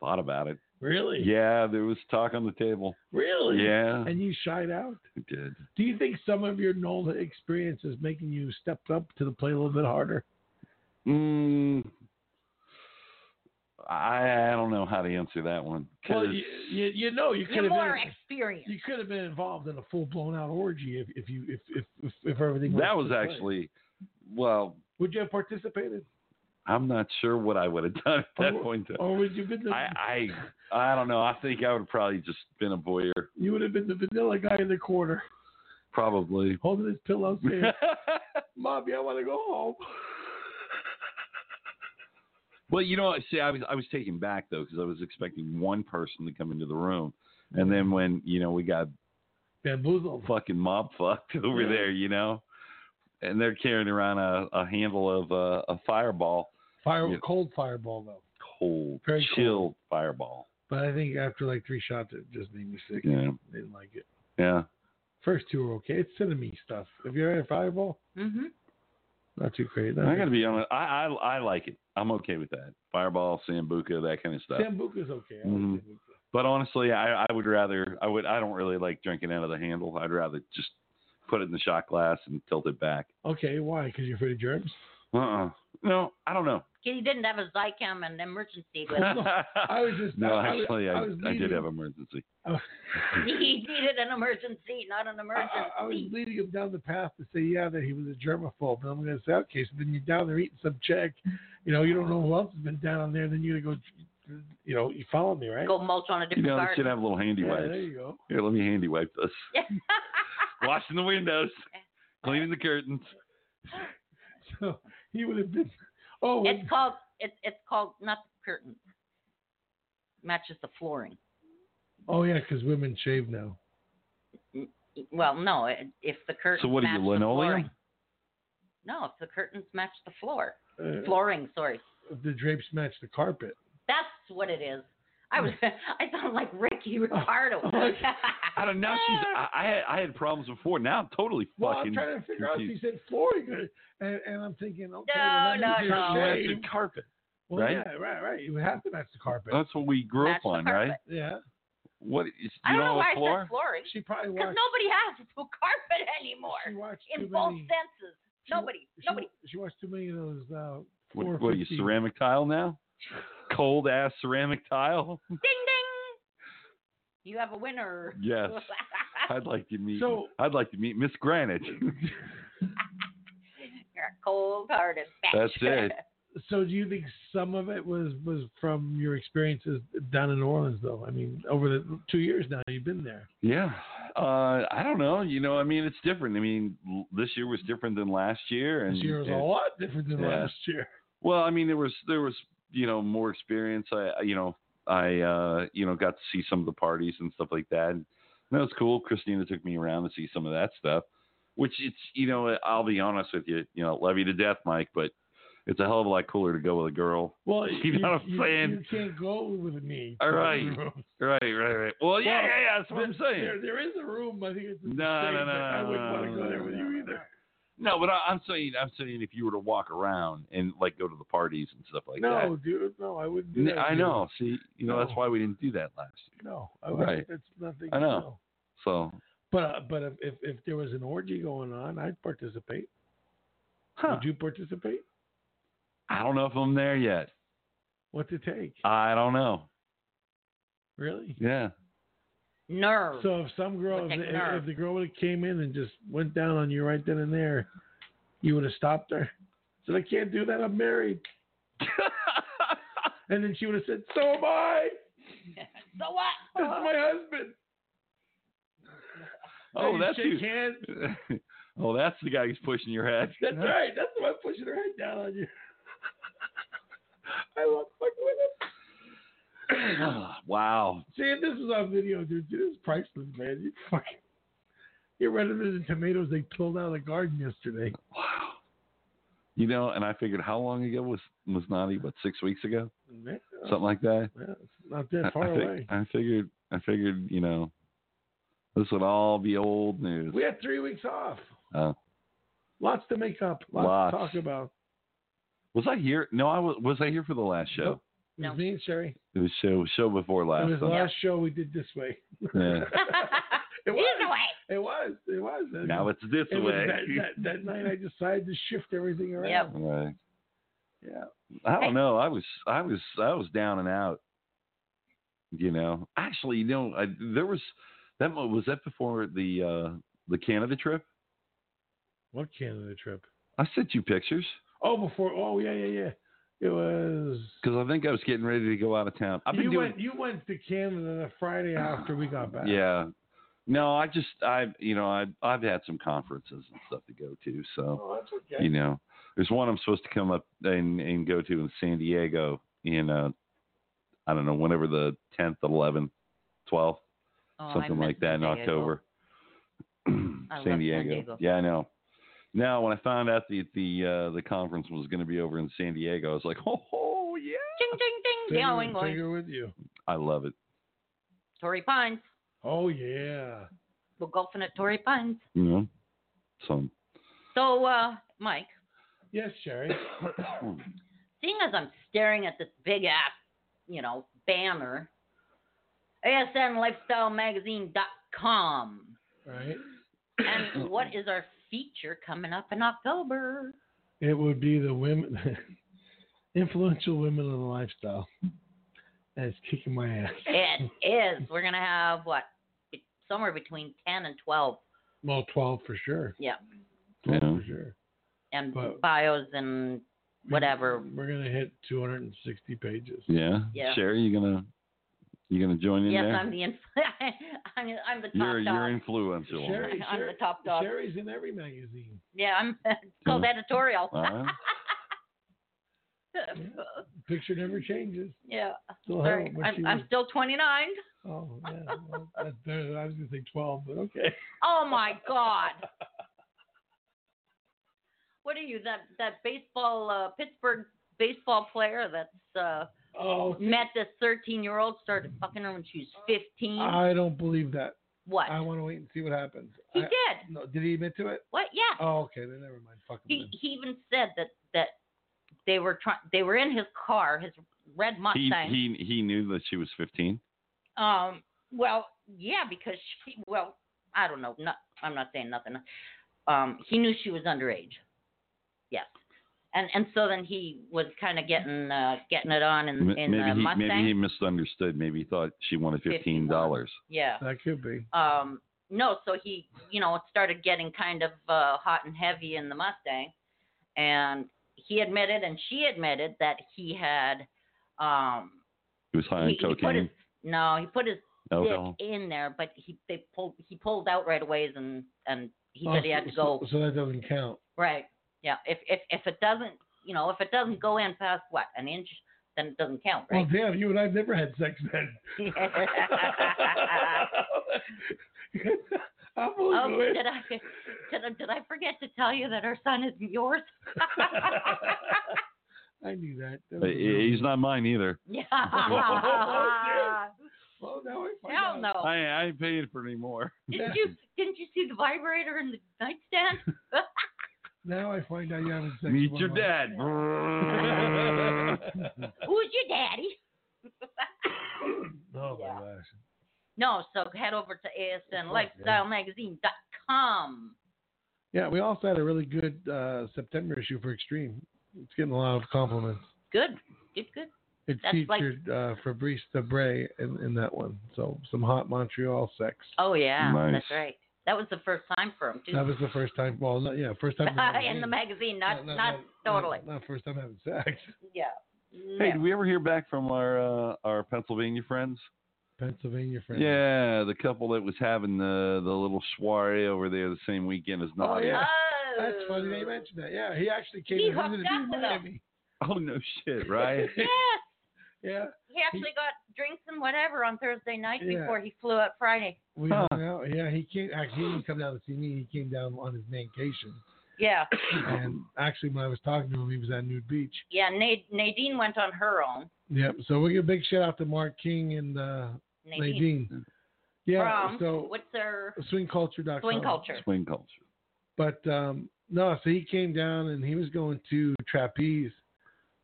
Speaker 5: Thought about it.
Speaker 6: Really?
Speaker 5: Yeah, there was talk on the table.
Speaker 6: Really?
Speaker 5: Yeah,
Speaker 6: And you shied out.
Speaker 5: it did.
Speaker 6: Do you think some of your NOLA experience is making you step up to the play a little bit harder?
Speaker 5: Mm, I, I don't know how to answer that one. 'cause-
Speaker 6: Well, you, you, you know you could
Speaker 4: You're
Speaker 6: have
Speaker 4: more
Speaker 6: been
Speaker 4: experienced.
Speaker 6: you could have been involved in a full blown out orgy if, if you if if, if, if everything went
Speaker 5: that was
Speaker 6: to plan.
Speaker 5: actually, well,
Speaker 6: would you have participated
Speaker 5: I'm not sure what I would have done at that
Speaker 6: Or-
Speaker 5: point.
Speaker 6: or would you have been the
Speaker 5: I, I I don't know. I think I would have probably just been a voyeur,
Speaker 6: you would have been the vanilla guy in the corner
Speaker 5: probably.
Speaker 6: holding his pillow saying Mommy, I want to go home.
Speaker 5: well, you know, see, I was I was taken back though because I was expecting one person to come into the room, and then when you know we got
Speaker 6: Bamboozled.
Speaker 5: fucking mob fucked over
Speaker 6: Yeah.
Speaker 5: there, you know. And they're carrying around a, a handle of uh, a fireball,
Speaker 6: Fire,
Speaker 5: Yeah.
Speaker 6: cold fireball though.
Speaker 5: cold,
Speaker 6: Very
Speaker 5: chill fireball.
Speaker 6: But I think after like three shots, it just made me sick.
Speaker 5: Yeah.
Speaker 6: Didn't like it.
Speaker 5: Yeah.
Speaker 6: First two are okay. It's cinnamon stuff. Have you ever had fireball?
Speaker 4: Mm-hmm.
Speaker 6: Not too great.
Speaker 5: I gotta be honest. I, I I like it. I'm okay with that. Fireball, sambuca, that kind of stuff.
Speaker 6: Sambuca's okay. I like
Speaker 5: Mhm.
Speaker 6: Sambuca.
Speaker 5: But honestly, I, I would rather I would I don't really like drinking out of the handle. I'd rather just put it in the shot glass and tilt it back.
Speaker 6: Okay, why? Because you're afraid of germs?
Speaker 5: Uh uh No, I don't know.
Speaker 4: He didn't have a Zycam and emergency with him.
Speaker 6: I was just-
Speaker 5: no.
Speaker 6: I- I was-
Speaker 5: actually, I,
Speaker 6: I was
Speaker 5: I did
Speaker 6: leading-
Speaker 5: have emergency.
Speaker 6: Oh.
Speaker 4: he needed an emergency, not an
Speaker 6: I, I- I was
Speaker 4: emergency.
Speaker 6: leading him down the path to say, yeah, that he was a germaphobe. And I'm going to say, okay, so then you're down there eating some chick. You know, you don't know who else has been down there. Then you go, you know, you follow me, right?
Speaker 4: Go mulch on a
Speaker 5: You
Speaker 4: different
Speaker 5: know, they should
Speaker 4: garden.
Speaker 5: have little handy
Speaker 6: yeah,
Speaker 5: wipes.
Speaker 6: there you go.
Speaker 5: Here, let me handy wipe this. Washing the windows, cleaning the curtains.
Speaker 6: So he would have been, oh, when-
Speaker 4: it's called it's it's called not the curtain. Matches the flooring.
Speaker 6: oh yeah, because women shave now.
Speaker 4: Well, no, it- if the curtains.
Speaker 5: So what are
Speaker 4: match
Speaker 5: you
Speaker 4: the
Speaker 5: linoleum?
Speaker 4: flooring- No, if the curtains match the floor,
Speaker 6: Uh,
Speaker 4: flooring. Sorry,
Speaker 6: the drapes match the carpet.
Speaker 4: that's what it is. I was I sound like Ricky Ricardo.
Speaker 5: I don't know. She's I, I had I had problems before. Now I'm totally
Speaker 6: Well,
Speaker 5: fucking.
Speaker 6: I'm trying to figure
Speaker 5: confused.
Speaker 6: out if he said flooring, and, and I'm thinking, okay,
Speaker 4: No,
Speaker 6: well, that means
Speaker 4: no,
Speaker 6: you're
Speaker 4: no.
Speaker 5: Match
Speaker 6: shaved.
Speaker 5: the carpet.
Speaker 6: Well,
Speaker 5: right?
Speaker 6: yeah, right, right. You have to match the carpet.
Speaker 5: That's what we grew
Speaker 4: Match
Speaker 5: up
Speaker 4: the
Speaker 5: on, right?
Speaker 4: carpet.
Speaker 6: yeah,
Speaker 5: What is you
Speaker 4: I don't know
Speaker 5: know
Speaker 4: why
Speaker 5: a
Speaker 4: I
Speaker 5: floor?
Speaker 4: said flooring
Speaker 6: she probably
Speaker 4: because
Speaker 6: watched.
Speaker 4: nobody has a carpet
Speaker 6: she
Speaker 4: anymore
Speaker 6: watched too
Speaker 4: in both
Speaker 6: many,
Speaker 4: senses.
Speaker 6: she-
Speaker 4: Nobody,
Speaker 6: she,
Speaker 4: nobody.
Speaker 6: She watched too many of those. Uh, four
Speaker 5: What, what are you
Speaker 6: fifty-
Speaker 5: ceramic tile now? Cold ass ceramic tile?
Speaker 4: Ding ding. You have a winner.
Speaker 5: Yes. I'd like to meet.
Speaker 6: So-
Speaker 5: I'd like to meet Miss Granite.
Speaker 4: You're a cold-hearted bitch.
Speaker 5: That's it.
Speaker 6: So, do you think some of it was was from your experiences down in New Orleans, though? I mean, over the two years now you've been there.
Speaker 5: yeah. Uh, I don't know. You know, I mean, it's different. I mean, l- this year was different than last year, and
Speaker 6: This year was a
Speaker 5: and-
Speaker 6: lot different than
Speaker 5: yeah.
Speaker 6: last year.
Speaker 5: Well, I mean, there was there was you know more experience. I I- you know I uh, you know got to see some of the parties and stuff like that. And that was cool. Christina took me around to see some of that stuff, which it's you know I'll be honest with you, you know, love you to death, Mike, but it's a hell of a lot cooler to go with a girl.
Speaker 6: Well,
Speaker 5: You know what I'm saying?
Speaker 6: You can't go with me.
Speaker 5: All right. Right, right, right. Well, yeah,
Speaker 6: Well,
Speaker 5: yeah, yeah. That's what I'm saying.
Speaker 6: There, there is a room. I think it's.
Speaker 5: No,
Speaker 6: the
Speaker 5: no,
Speaker 6: same,
Speaker 5: no,
Speaker 6: but I
Speaker 5: no,
Speaker 6: wouldn't
Speaker 5: no,
Speaker 6: want
Speaker 5: no,
Speaker 6: to go there
Speaker 5: no,
Speaker 6: with
Speaker 5: no,
Speaker 6: you
Speaker 5: no.
Speaker 6: either.
Speaker 5: No, but I, I'm saying I'm saying if you were to walk around and like go to the parties and stuff like
Speaker 6: no, dude, no, I wouldn't. Do
Speaker 5: that.
Speaker 6: that
Speaker 5: I
Speaker 6: to you.
Speaker 5: know. See, you know that's
Speaker 6: No.
Speaker 5: why we didn't do that last year.
Speaker 6: No, I wouldn't.
Speaker 5: Right.
Speaker 6: That's nothing.
Speaker 5: I know.
Speaker 6: no.
Speaker 5: So
Speaker 6: But uh, but if, if if there was an orgy going on, I'd participate.
Speaker 5: huh,
Speaker 6: Would you participate?
Speaker 5: I don't know if I'm there yet.
Speaker 6: What's it take?
Speaker 5: I don't know.
Speaker 6: Really?
Speaker 5: Yeah.
Speaker 4: Nerve.
Speaker 6: So if some girl,
Speaker 4: Would
Speaker 6: if,
Speaker 4: take
Speaker 6: if-
Speaker 4: nerve.
Speaker 6: if the girl would have came in and just went down on you right then and there, you would have stopped her. Said I can't do that. I'm married. And then she would have said, "So am I.
Speaker 4: so what?
Speaker 6: This is my husband."
Speaker 5: Uh-huh. oh,
Speaker 6: And you
Speaker 5: that's
Speaker 6: shake
Speaker 5: you.
Speaker 6: hands.
Speaker 5: oh, that's the guy who's pushing your head.
Speaker 6: That's right. That's why I'm pushing her head down on you. I love fucking with him.
Speaker 5: wow.
Speaker 6: See, if this is on video, dude, dude, this is priceless, man. You fucking, you're redder than the tomatoes they pulled out of the garden yesterday.
Speaker 5: Wow. You know, and I figured how long ago was was Naughty? What six weeks ago?
Speaker 6: Man,
Speaker 5: Something like that.
Speaker 6: yeah, it's not
Speaker 5: I,
Speaker 6: that far
Speaker 5: I fig-
Speaker 6: away.
Speaker 5: I figured. I figured. You know, this would all be old news.
Speaker 6: We had three weeks off.
Speaker 5: Oh.
Speaker 6: Lots to make up. Lots,
Speaker 5: Lots.
Speaker 6: to talk about.
Speaker 5: was I here? No, I was. Was I here for the last show?
Speaker 6: Nope. It was
Speaker 4: No.
Speaker 6: me and Sherry.
Speaker 5: It was show show before last.
Speaker 6: it was the
Speaker 5: huh?
Speaker 6: last show we did this way.
Speaker 5: Yeah.
Speaker 6: It
Speaker 4: Either
Speaker 6: was.
Speaker 4: way.
Speaker 6: It was. It was.
Speaker 5: Now it's this
Speaker 6: it was
Speaker 5: way.
Speaker 6: that, that, that night I decided to shift everything around.
Speaker 4: Yep.
Speaker 5: Right.
Speaker 6: Yeah.
Speaker 5: I
Speaker 4: Hey.
Speaker 5: don't know. I was I was I was down and out. You know, actually, you know, I, there was that mo- was that before the uh the Canada trip.
Speaker 6: What Canada trip?
Speaker 5: I sent you pictures
Speaker 6: Oh, before. Oh, yeah, yeah, yeah. It was.
Speaker 5: because I think I was getting ready to go out of town. I've been
Speaker 6: you
Speaker 5: doing
Speaker 6: went. You went to Canada the Friday after we got back.
Speaker 5: yeah. No, I just I you know I I've had some conferences and stuff to go to, so
Speaker 6: Oh, that's okay.
Speaker 5: you know there's one I'm supposed to come up and and go to in San Diego in uh I don't know whenever the 10th, 11th, 12th.
Speaker 4: Oh, I
Speaker 5: something like
Speaker 4: missed
Speaker 5: that in
Speaker 4: San Diego.
Speaker 5: October. San,
Speaker 4: love
Speaker 5: Diego.
Speaker 4: San Diego.
Speaker 5: Yeah, I know. Now, when I found out that the uh, the conference was going to be over in San Diego, I was like, oh, oh, yeah,
Speaker 4: Ding ding ding.
Speaker 6: Finger-
Speaker 4: Yeah, going going.
Speaker 6: finger with you.
Speaker 5: I love it.
Speaker 4: Torrey Pines.
Speaker 6: Oh yeah.
Speaker 4: We're golfing at Torrey Pines.
Speaker 5: You know, so
Speaker 4: So, uh, Mike,
Speaker 6: Yes, Sherry.
Speaker 4: seeing as I'm staring at this big ass, you know, banner, ASNLifestyleMagazine.com.
Speaker 6: Right.
Speaker 4: And what is our feature coming up in October?
Speaker 6: It would be the women, influential women in the lifestyle. And it's kicking my ass.
Speaker 4: It is. We're going to have what? Be- Somewhere between 10 and 12.
Speaker 6: Well, 12 for sure.
Speaker 4: Yeah.
Speaker 6: 12
Speaker 5: Yeah.
Speaker 6: for sure.
Speaker 4: And
Speaker 6: But-
Speaker 4: bios and whatever.
Speaker 6: We're going to hit 260 pages.
Speaker 5: yeah.
Speaker 4: Yeah.
Speaker 5: Sherry, you gonna you gonna join in
Speaker 4: Yes,
Speaker 5: there?
Speaker 4: I'm the inf- I'm, I'm the top
Speaker 5: you're
Speaker 4: dog.
Speaker 5: you're influential.
Speaker 6: Sherry,
Speaker 4: I'm
Speaker 6: Sherry-
Speaker 4: the top dog.
Speaker 6: Sherry's in every magazine.
Speaker 4: Yeah, I'm it's called
Speaker 5: Yeah.
Speaker 4: editorial.
Speaker 5: All right.
Speaker 6: Picture never changes.
Speaker 4: yeah.
Speaker 6: Still
Speaker 4: Sorry,
Speaker 6: haven't what she
Speaker 4: I'm, I'm
Speaker 6: was-
Speaker 4: still 29.
Speaker 6: Oh, yeah. well, that's better. than- I was going to say 12, but okay.
Speaker 4: Oh my God. what are you? That that baseball uh, Pittsburgh baseball player that's uh,
Speaker 6: Oh,
Speaker 4: met this 13 year old started fucking her when she was 15.
Speaker 6: I don't believe that.
Speaker 4: what?
Speaker 6: I want to wait and see what happens.
Speaker 4: he
Speaker 6: I-
Speaker 4: did.
Speaker 6: No, did he admit to it?
Speaker 4: What? Yeah.
Speaker 6: Oh, okay. Then never mind. Fuck him.
Speaker 4: He
Speaker 6: then.
Speaker 4: he even said that that they were trying. They were in his car, his red
Speaker 5: He
Speaker 4: Mustang.
Speaker 5: he he knew that she was 15.
Speaker 4: Um, well, yeah, because she, well, I don't know. Not, I'm not saying nothing. Um, he knew she was underage. Yes. And and so then he was kind of getting uh, getting it on in,
Speaker 5: M-
Speaker 4: in
Speaker 5: maybe
Speaker 4: the
Speaker 5: he
Speaker 4: Mustang.
Speaker 5: maybe he misunderstood. Maybe he thought she wanted 15 dollars.
Speaker 4: Yeah.
Speaker 6: That could be.
Speaker 4: Um, no, so he you know started getting kind of uh, hot and heavy in the Mustang, and he admitted and she admitted that he had um
Speaker 5: He was high
Speaker 4: he,
Speaker 5: on
Speaker 4: he put his
Speaker 5: cocaine,
Speaker 4: no he put his
Speaker 5: alcohol.
Speaker 4: dick in there, but he they pulled he pulled out right away and and he
Speaker 6: Oh,
Speaker 4: said he had to go
Speaker 6: So, so that doesn't count.
Speaker 4: right. Yeah, if if if it doesn't you know if it doesn't go in past what an inch, then it doesn't count, right?
Speaker 6: Well, Oh, damn, you and I've never had sex then. Oh, I'm
Speaker 4: oh,
Speaker 6: only
Speaker 4: did I did I, did I forget to tell you that our son isn't yours?
Speaker 6: I knew that. that
Speaker 5: Uh,
Speaker 6: was a-
Speaker 5: He's not mine either.
Speaker 4: yeah.
Speaker 6: Oh, Well, now I find
Speaker 4: Hell
Speaker 6: out.
Speaker 4: no.
Speaker 5: I I ain't paying for any more.
Speaker 4: Didn't you didn't you see the vibrator in the nightstand?
Speaker 6: Now I find out you haven't sex.
Speaker 5: Meet
Speaker 6: with
Speaker 5: your
Speaker 6: one of
Speaker 5: dad.
Speaker 6: my-
Speaker 4: Who's your daddy?
Speaker 6: oh my
Speaker 4: Yeah.
Speaker 6: gosh.
Speaker 4: No, so head over to asnlifestylemagazine.com.
Speaker 6: Yeah, we also had a really good uh, September issue for Extreme. It's getting a lot of compliments.
Speaker 4: Good, good, good.
Speaker 6: It
Speaker 4: That's like-
Speaker 6: featured uh, Fabrice Debray in, in that one. So some hot Montreal sex.
Speaker 4: Oh yeah,
Speaker 5: Nice.
Speaker 4: that's right. That was the first time for him too.
Speaker 6: That was the first time. Well, not, yeah, first time.
Speaker 4: in the magazine, not not,
Speaker 6: not-
Speaker 4: totally.
Speaker 6: Not, first time having sex.
Speaker 4: yeah.
Speaker 5: Hey,
Speaker 4: Yeah.
Speaker 5: did we ever hear back from our uh, our Pennsylvania friends?
Speaker 6: Pennsylvania friend.
Speaker 5: Yeah, the couple that was having the the little soiree over there the same weekend as Nadia.
Speaker 6: yeah.
Speaker 4: Oh.
Speaker 6: That's funny they mentioned that. Yeah, he actually came
Speaker 4: He
Speaker 6: to
Speaker 4: hooked
Speaker 6: visit
Speaker 4: up
Speaker 6: in
Speaker 4: with
Speaker 6: Miami.
Speaker 5: Oh no shit, right?
Speaker 4: Yes,
Speaker 6: Yeah,
Speaker 4: he actually got drinks and whatever on Thursday night
Speaker 6: Yeah.
Speaker 4: before he flew out Friday.
Speaker 6: we
Speaker 5: Huh.
Speaker 6: hung out. Yeah, he came. Actually, he didn't come down to see me. He came down on his vacation.
Speaker 4: Yeah,
Speaker 6: And actually, when I was talking to him, he was at Nude Beach.
Speaker 4: yeah. Nad- Nadine went on her own.
Speaker 6: Yep. So we get a big shout out to Mark King and uh,
Speaker 4: Nadine,
Speaker 6: Nadine. Yeah.
Speaker 4: from
Speaker 6: So
Speaker 4: what's her
Speaker 6: swingculture.com.
Speaker 4: swing culture?
Speaker 5: Swing culture.
Speaker 6: But um, no, so he came down and he was going to trapeze.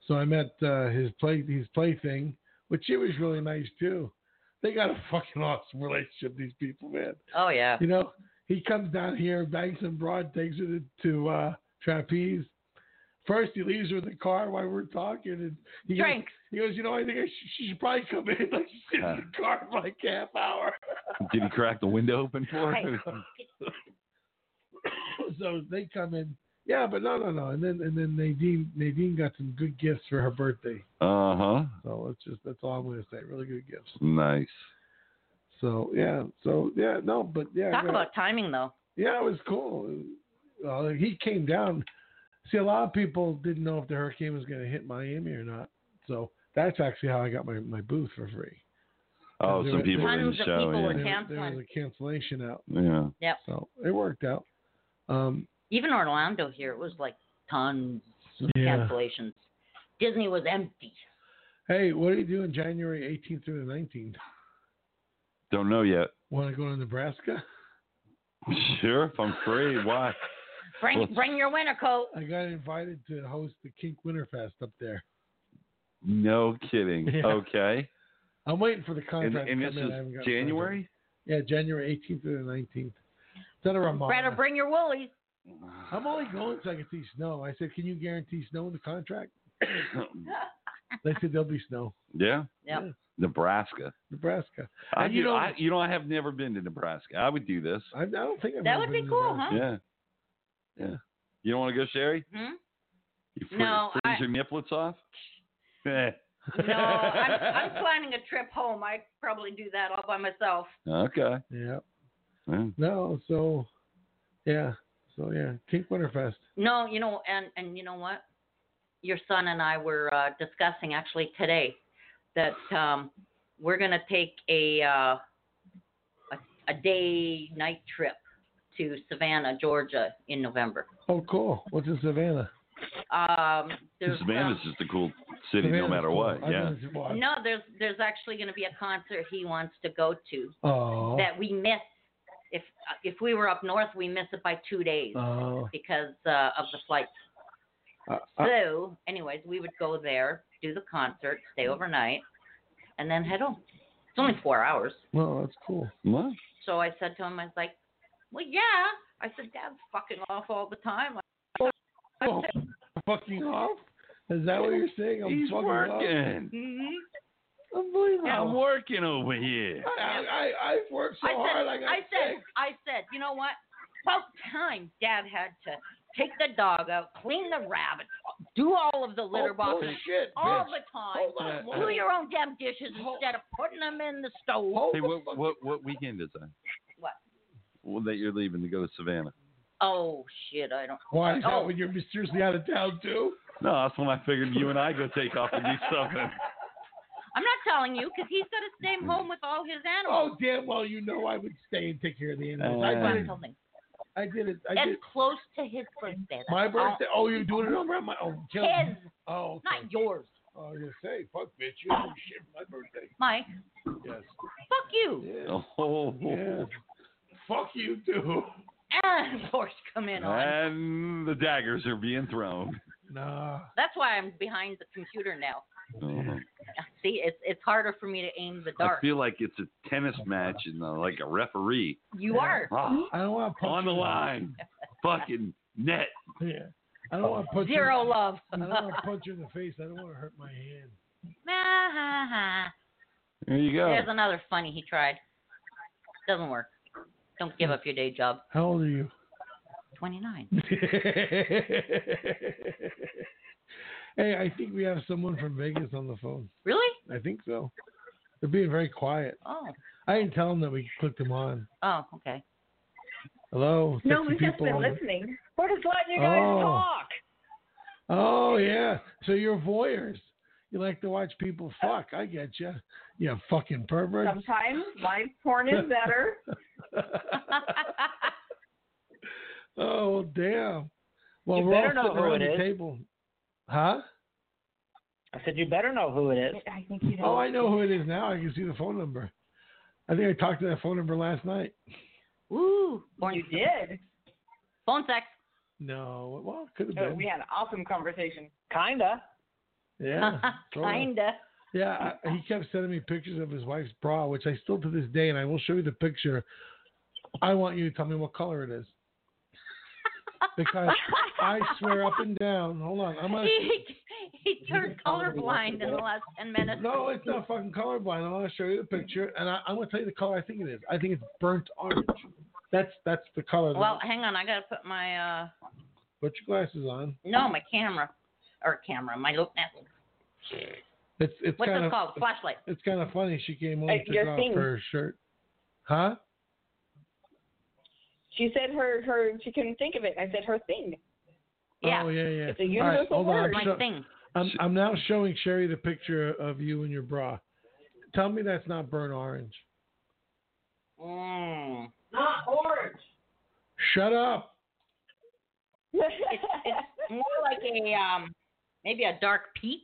Speaker 6: So I met uh, his play his plaything, which it was really nice too. They got a fucking awesome relationship, these people, man.
Speaker 4: Oh yeah.
Speaker 6: You know, he comes down here, bangs some broad, takes her to, to uh, trapeze. First, he leaves her in the car while we're talking, and he goes,
Speaker 4: Drinks.
Speaker 6: he goes, you know, I think I sh- she should probably come in. Like she's in the car for like half hour.
Speaker 5: Did he crack the window open for her?
Speaker 6: so they come in. Yeah, but no, no, no. And then and then Nadine Nadine got some good gifts for her birthday.
Speaker 5: Uh huh.
Speaker 6: So it's just that's all I'm gonna say. Really good gifts.
Speaker 5: Nice.
Speaker 6: So yeah, so yeah, no, but yeah,
Speaker 4: Talk
Speaker 6: yeah,
Speaker 4: about timing though.
Speaker 6: yeah, it was cool. Well, he came down. See, a lot of people didn't know if the hurricane was gonna hit Miami or not. So that's actually how I got my my booth for free.
Speaker 5: Oh,
Speaker 6: There
Speaker 5: some
Speaker 6: were-
Speaker 5: people didn't
Speaker 4: Tons of people
Speaker 5: show.
Speaker 4: were-
Speaker 6: There- there
Speaker 4: Canceling.
Speaker 6: was a cancellation out,
Speaker 5: Yeah. yeah.
Speaker 6: so it worked out. Um,
Speaker 4: Even Orlando here, it was like tons of
Speaker 6: Yeah.
Speaker 4: cancellations. Disney was empty.
Speaker 6: hey, what are you doing January 18th through the 19th?
Speaker 5: Don't know yet.
Speaker 6: Want to go to Nebraska?
Speaker 5: Sure, if I'm free, why?
Speaker 4: Bring
Speaker 5: Well-
Speaker 4: bring your winter coat.
Speaker 6: I got invited to host the Kink Winterfest up there.
Speaker 5: No kidding.
Speaker 6: Yeah.
Speaker 5: Okay.
Speaker 6: I'm waiting for the
Speaker 5: And,
Speaker 6: contract.
Speaker 5: and
Speaker 6: to
Speaker 5: this
Speaker 6: come in. I haven't
Speaker 5: is
Speaker 6: gotten-
Speaker 5: January?
Speaker 6: Yeah, January 18th to the 19th. It's at a
Speaker 4: Better
Speaker 6: Ramada.
Speaker 4: bring your woolies.
Speaker 6: I'm only going so I can see snow. I said, can you guarantee snow in the contract? They said there'll be snow.
Speaker 5: yeah.
Speaker 4: Yep.
Speaker 5: Nebraska.
Speaker 6: Nebraska.
Speaker 5: I
Speaker 6: And
Speaker 5: do,
Speaker 6: you know-
Speaker 5: I, you know, I have never been to Nebraska. I would do this.
Speaker 6: I, I don't think I've
Speaker 4: That
Speaker 6: ever
Speaker 4: would
Speaker 6: been
Speaker 4: be
Speaker 6: to
Speaker 4: cool,
Speaker 6: Nebraska.
Speaker 4: huh?
Speaker 5: Yeah. Yeah. You don't want to go, Sherry?
Speaker 4: Hmm?
Speaker 5: You fr-
Speaker 4: No,
Speaker 5: freeze
Speaker 4: I-
Speaker 5: your nipplets off? Eh.
Speaker 4: No, I'm, I'm planning a trip home. I probably do that all by myself.
Speaker 5: Okay.
Speaker 6: Yeah.
Speaker 5: Yeah.
Speaker 6: No, so, yeah. So, yeah, Kink Winterfest.
Speaker 4: No, you know, and and you know what? Your son and I were uh, discussing actually today that um, we're gonna take a, uh, a a day night trip to Savannah, Georgia, in November.
Speaker 6: Oh, cool. What's in Savannah?
Speaker 4: Um, there's some-
Speaker 5: Savannah's just a cool city no
Speaker 6: Savannah's
Speaker 5: matter
Speaker 6: cool.
Speaker 5: what.
Speaker 6: I've
Speaker 5: Yeah.
Speaker 6: been to- well, I-
Speaker 4: um, no, there's there's actually gonna be a concert he wants to go to
Speaker 6: Oh.
Speaker 4: that we miss. If uh, if we were up north, we miss it by two days
Speaker 6: Oh.
Speaker 4: because uh, of the flights.
Speaker 6: Uh, uh,
Speaker 4: So, anyways, we would go there, do the concert, stay overnight, and then head home. It's only four hours.
Speaker 6: well, that's cool.
Speaker 5: What?
Speaker 4: So I said to him, I was like, well, yeah. I said, Dad's fucking off all the time.
Speaker 6: Oh, fucking off? Is that what you're saying? I'm
Speaker 5: He's
Speaker 6: fucking off?
Speaker 5: working.
Speaker 4: "Mm-hmm."
Speaker 6: Unbelievable.
Speaker 5: I'm working over here.
Speaker 6: I, I, I, I've worked so
Speaker 4: I said,
Speaker 6: hard. I got
Speaker 4: I said,
Speaker 6: sick.
Speaker 4: I said, you know what? About time Dad had to take the dog out, clean the rabbits, do all of the litter
Speaker 6: oh,
Speaker 4: boxes
Speaker 6: bullshit,
Speaker 4: all
Speaker 6: bitch.
Speaker 4: the time.
Speaker 6: Hold on,
Speaker 4: Do your own damn dishes
Speaker 6: Hold-
Speaker 4: instead of putting them in the stove.
Speaker 6: Hold
Speaker 5: Hey,
Speaker 6: the
Speaker 5: what,
Speaker 6: fuck-
Speaker 5: what, what weekend is that?
Speaker 4: What?
Speaker 5: Well, that you're leaving to go to Savannah.
Speaker 4: Oh shit! I don't.
Speaker 6: Why is
Speaker 4: Oh.
Speaker 6: that when you're mysteriously out of town too?
Speaker 5: No, that's when I figured you and I go take off and do something.
Speaker 4: I'm not telling you because he's got to stay home with all his animals.
Speaker 6: Mm-hmm. Oh damn! Well, you know I would stay and take care of the animals.
Speaker 5: Oh,
Speaker 6: I
Speaker 4: That's
Speaker 6: did it.
Speaker 4: something.
Speaker 6: I did it. I
Speaker 4: That's
Speaker 6: did.
Speaker 4: close to his birthday. That's
Speaker 6: My
Speaker 4: all.
Speaker 6: birthday. Oh, you're doing it over at my. Oh, kill
Speaker 4: uh, His,
Speaker 6: Oh, okay.
Speaker 4: not yours,
Speaker 6: Oh, you say, fuck, bitch. You don't shit for my birthday.
Speaker 4: Mike.
Speaker 6: Yes.
Speaker 4: Fuck you.
Speaker 6: Yeah.
Speaker 5: Oh,
Speaker 6: Yeah. Fuck you too.
Speaker 4: And of course, come in on.
Speaker 5: and the daggers are being thrown.
Speaker 6: Nah.
Speaker 4: That's why I'm behind the computer now.
Speaker 5: Oh.
Speaker 4: See, it's it's harder for me to aim the
Speaker 5: I
Speaker 4: dart.
Speaker 5: feel like it's a tennis match and uh, like a referee
Speaker 4: You are.
Speaker 5: Ah,
Speaker 6: I don't want to
Speaker 5: on the line, fucking net.
Speaker 6: Yeah. I don't want to punch.
Speaker 4: Zero love.
Speaker 6: I don't want to punch you in the face. I don't want to hurt my hand.
Speaker 5: There you go.
Speaker 4: There's another funny he tried. Doesn't work. Don't give up your day job.
Speaker 6: How old are you?
Speaker 4: 29.
Speaker 6: hey, I think we have someone from Vegas on the phone.
Speaker 4: Really?
Speaker 6: I think so. They're being very quiet.
Speaker 4: Oh.
Speaker 6: I didn't tell them that we clicked them on.
Speaker 4: Oh. Okay.
Speaker 6: Hello,
Speaker 9: No,
Speaker 6: sexy
Speaker 9: we've just
Speaker 6: people
Speaker 9: been
Speaker 6: on-
Speaker 9: listening. We're just letting you guys
Speaker 6: Oh.
Speaker 9: talk.
Speaker 6: Oh yeah, so you're voyeurs. You like to watch people fuck. I get you. You fucking pervert.
Speaker 9: Sometimes live porn is better.
Speaker 6: oh damn. Well,
Speaker 10: You
Speaker 6: we're all
Speaker 10: better know
Speaker 6: sitting
Speaker 10: who
Speaker 6: around
Speaker 10: it
Speaker 6: the
Speaker 10: is.
Speaker 6: table. Huh?
Speaker 10: I said, you better know who it is.
Speaker 9: I think you know.
Speaker 6: Oh, I know who it is now. I can see the phone number. I think I talked to that phone number last night.
Speaker 4: Ooh. Born
Speaker 9: You did.
Speaker 4: Phone sex.
Speaker 6: No, well, it could have
Speaker 9: Oh,
Speaker 6: been.
Speaker 9: we had an awesome conversation.
Speaker 10: Kinda.
Speaker 6: Yeah, sort of.
Speaker 4: Kinda.
Speaker 6: Yeah, I, he kept sending me pictures of his wife's bra, which I still to this day, and I will show you the picture. I want you to tell me what color it is, because I swear up and down. Hold on, I'm gonna.
Speaker 4: He, he turned colorblind in the last 10 minutes.
Speaker 6: No, it's not fucking colorblind. I want to show you the picture, and I, I'm gonna tell you the color I think it is. I think it's burnt orange. That's that's the color. that-
Speaker 4: Well, hang on. I got to put my, uh,
Speaker 6: put your glasses on.
Speaker 4: no, my camera. Or camera. My, look-
Speaker 6: It's it's
Speaker 4: what's
Speaker 6: kind
Speaker 4: this
Speaker 6: of
Speaker 4: called? Flashlight.
Speaker 6: it's kind of funny. She came on
Speaker 9: Uh,
Speaker 6: and took
Speaker 9: your
Speaker 6: off
Speaker 9: thing.
Speaker 6: her shirt. Huh?
Speaker 9: She said her her she couldn't think of it. I said her thing.
Speaker 4: Yeah.
Speaker 6: Oh yeah, yeah.
Speaker 9: It's a
Speaker 6: All right,
Speaker 9: universal
Speaker 6: hold on, I'm
Speaker 9: word.
Speaker 4: My
Speaker 6: show-
Speaker 4: thing.
Speaker 6: I'm, I'm now showing Sherry the picture of you in your bra. Tell me that's not burnt orange.
Speaker 4: Mm.
Speaker 6: Shut up.
Speaker 4: More like a, um, maybe a dark peach.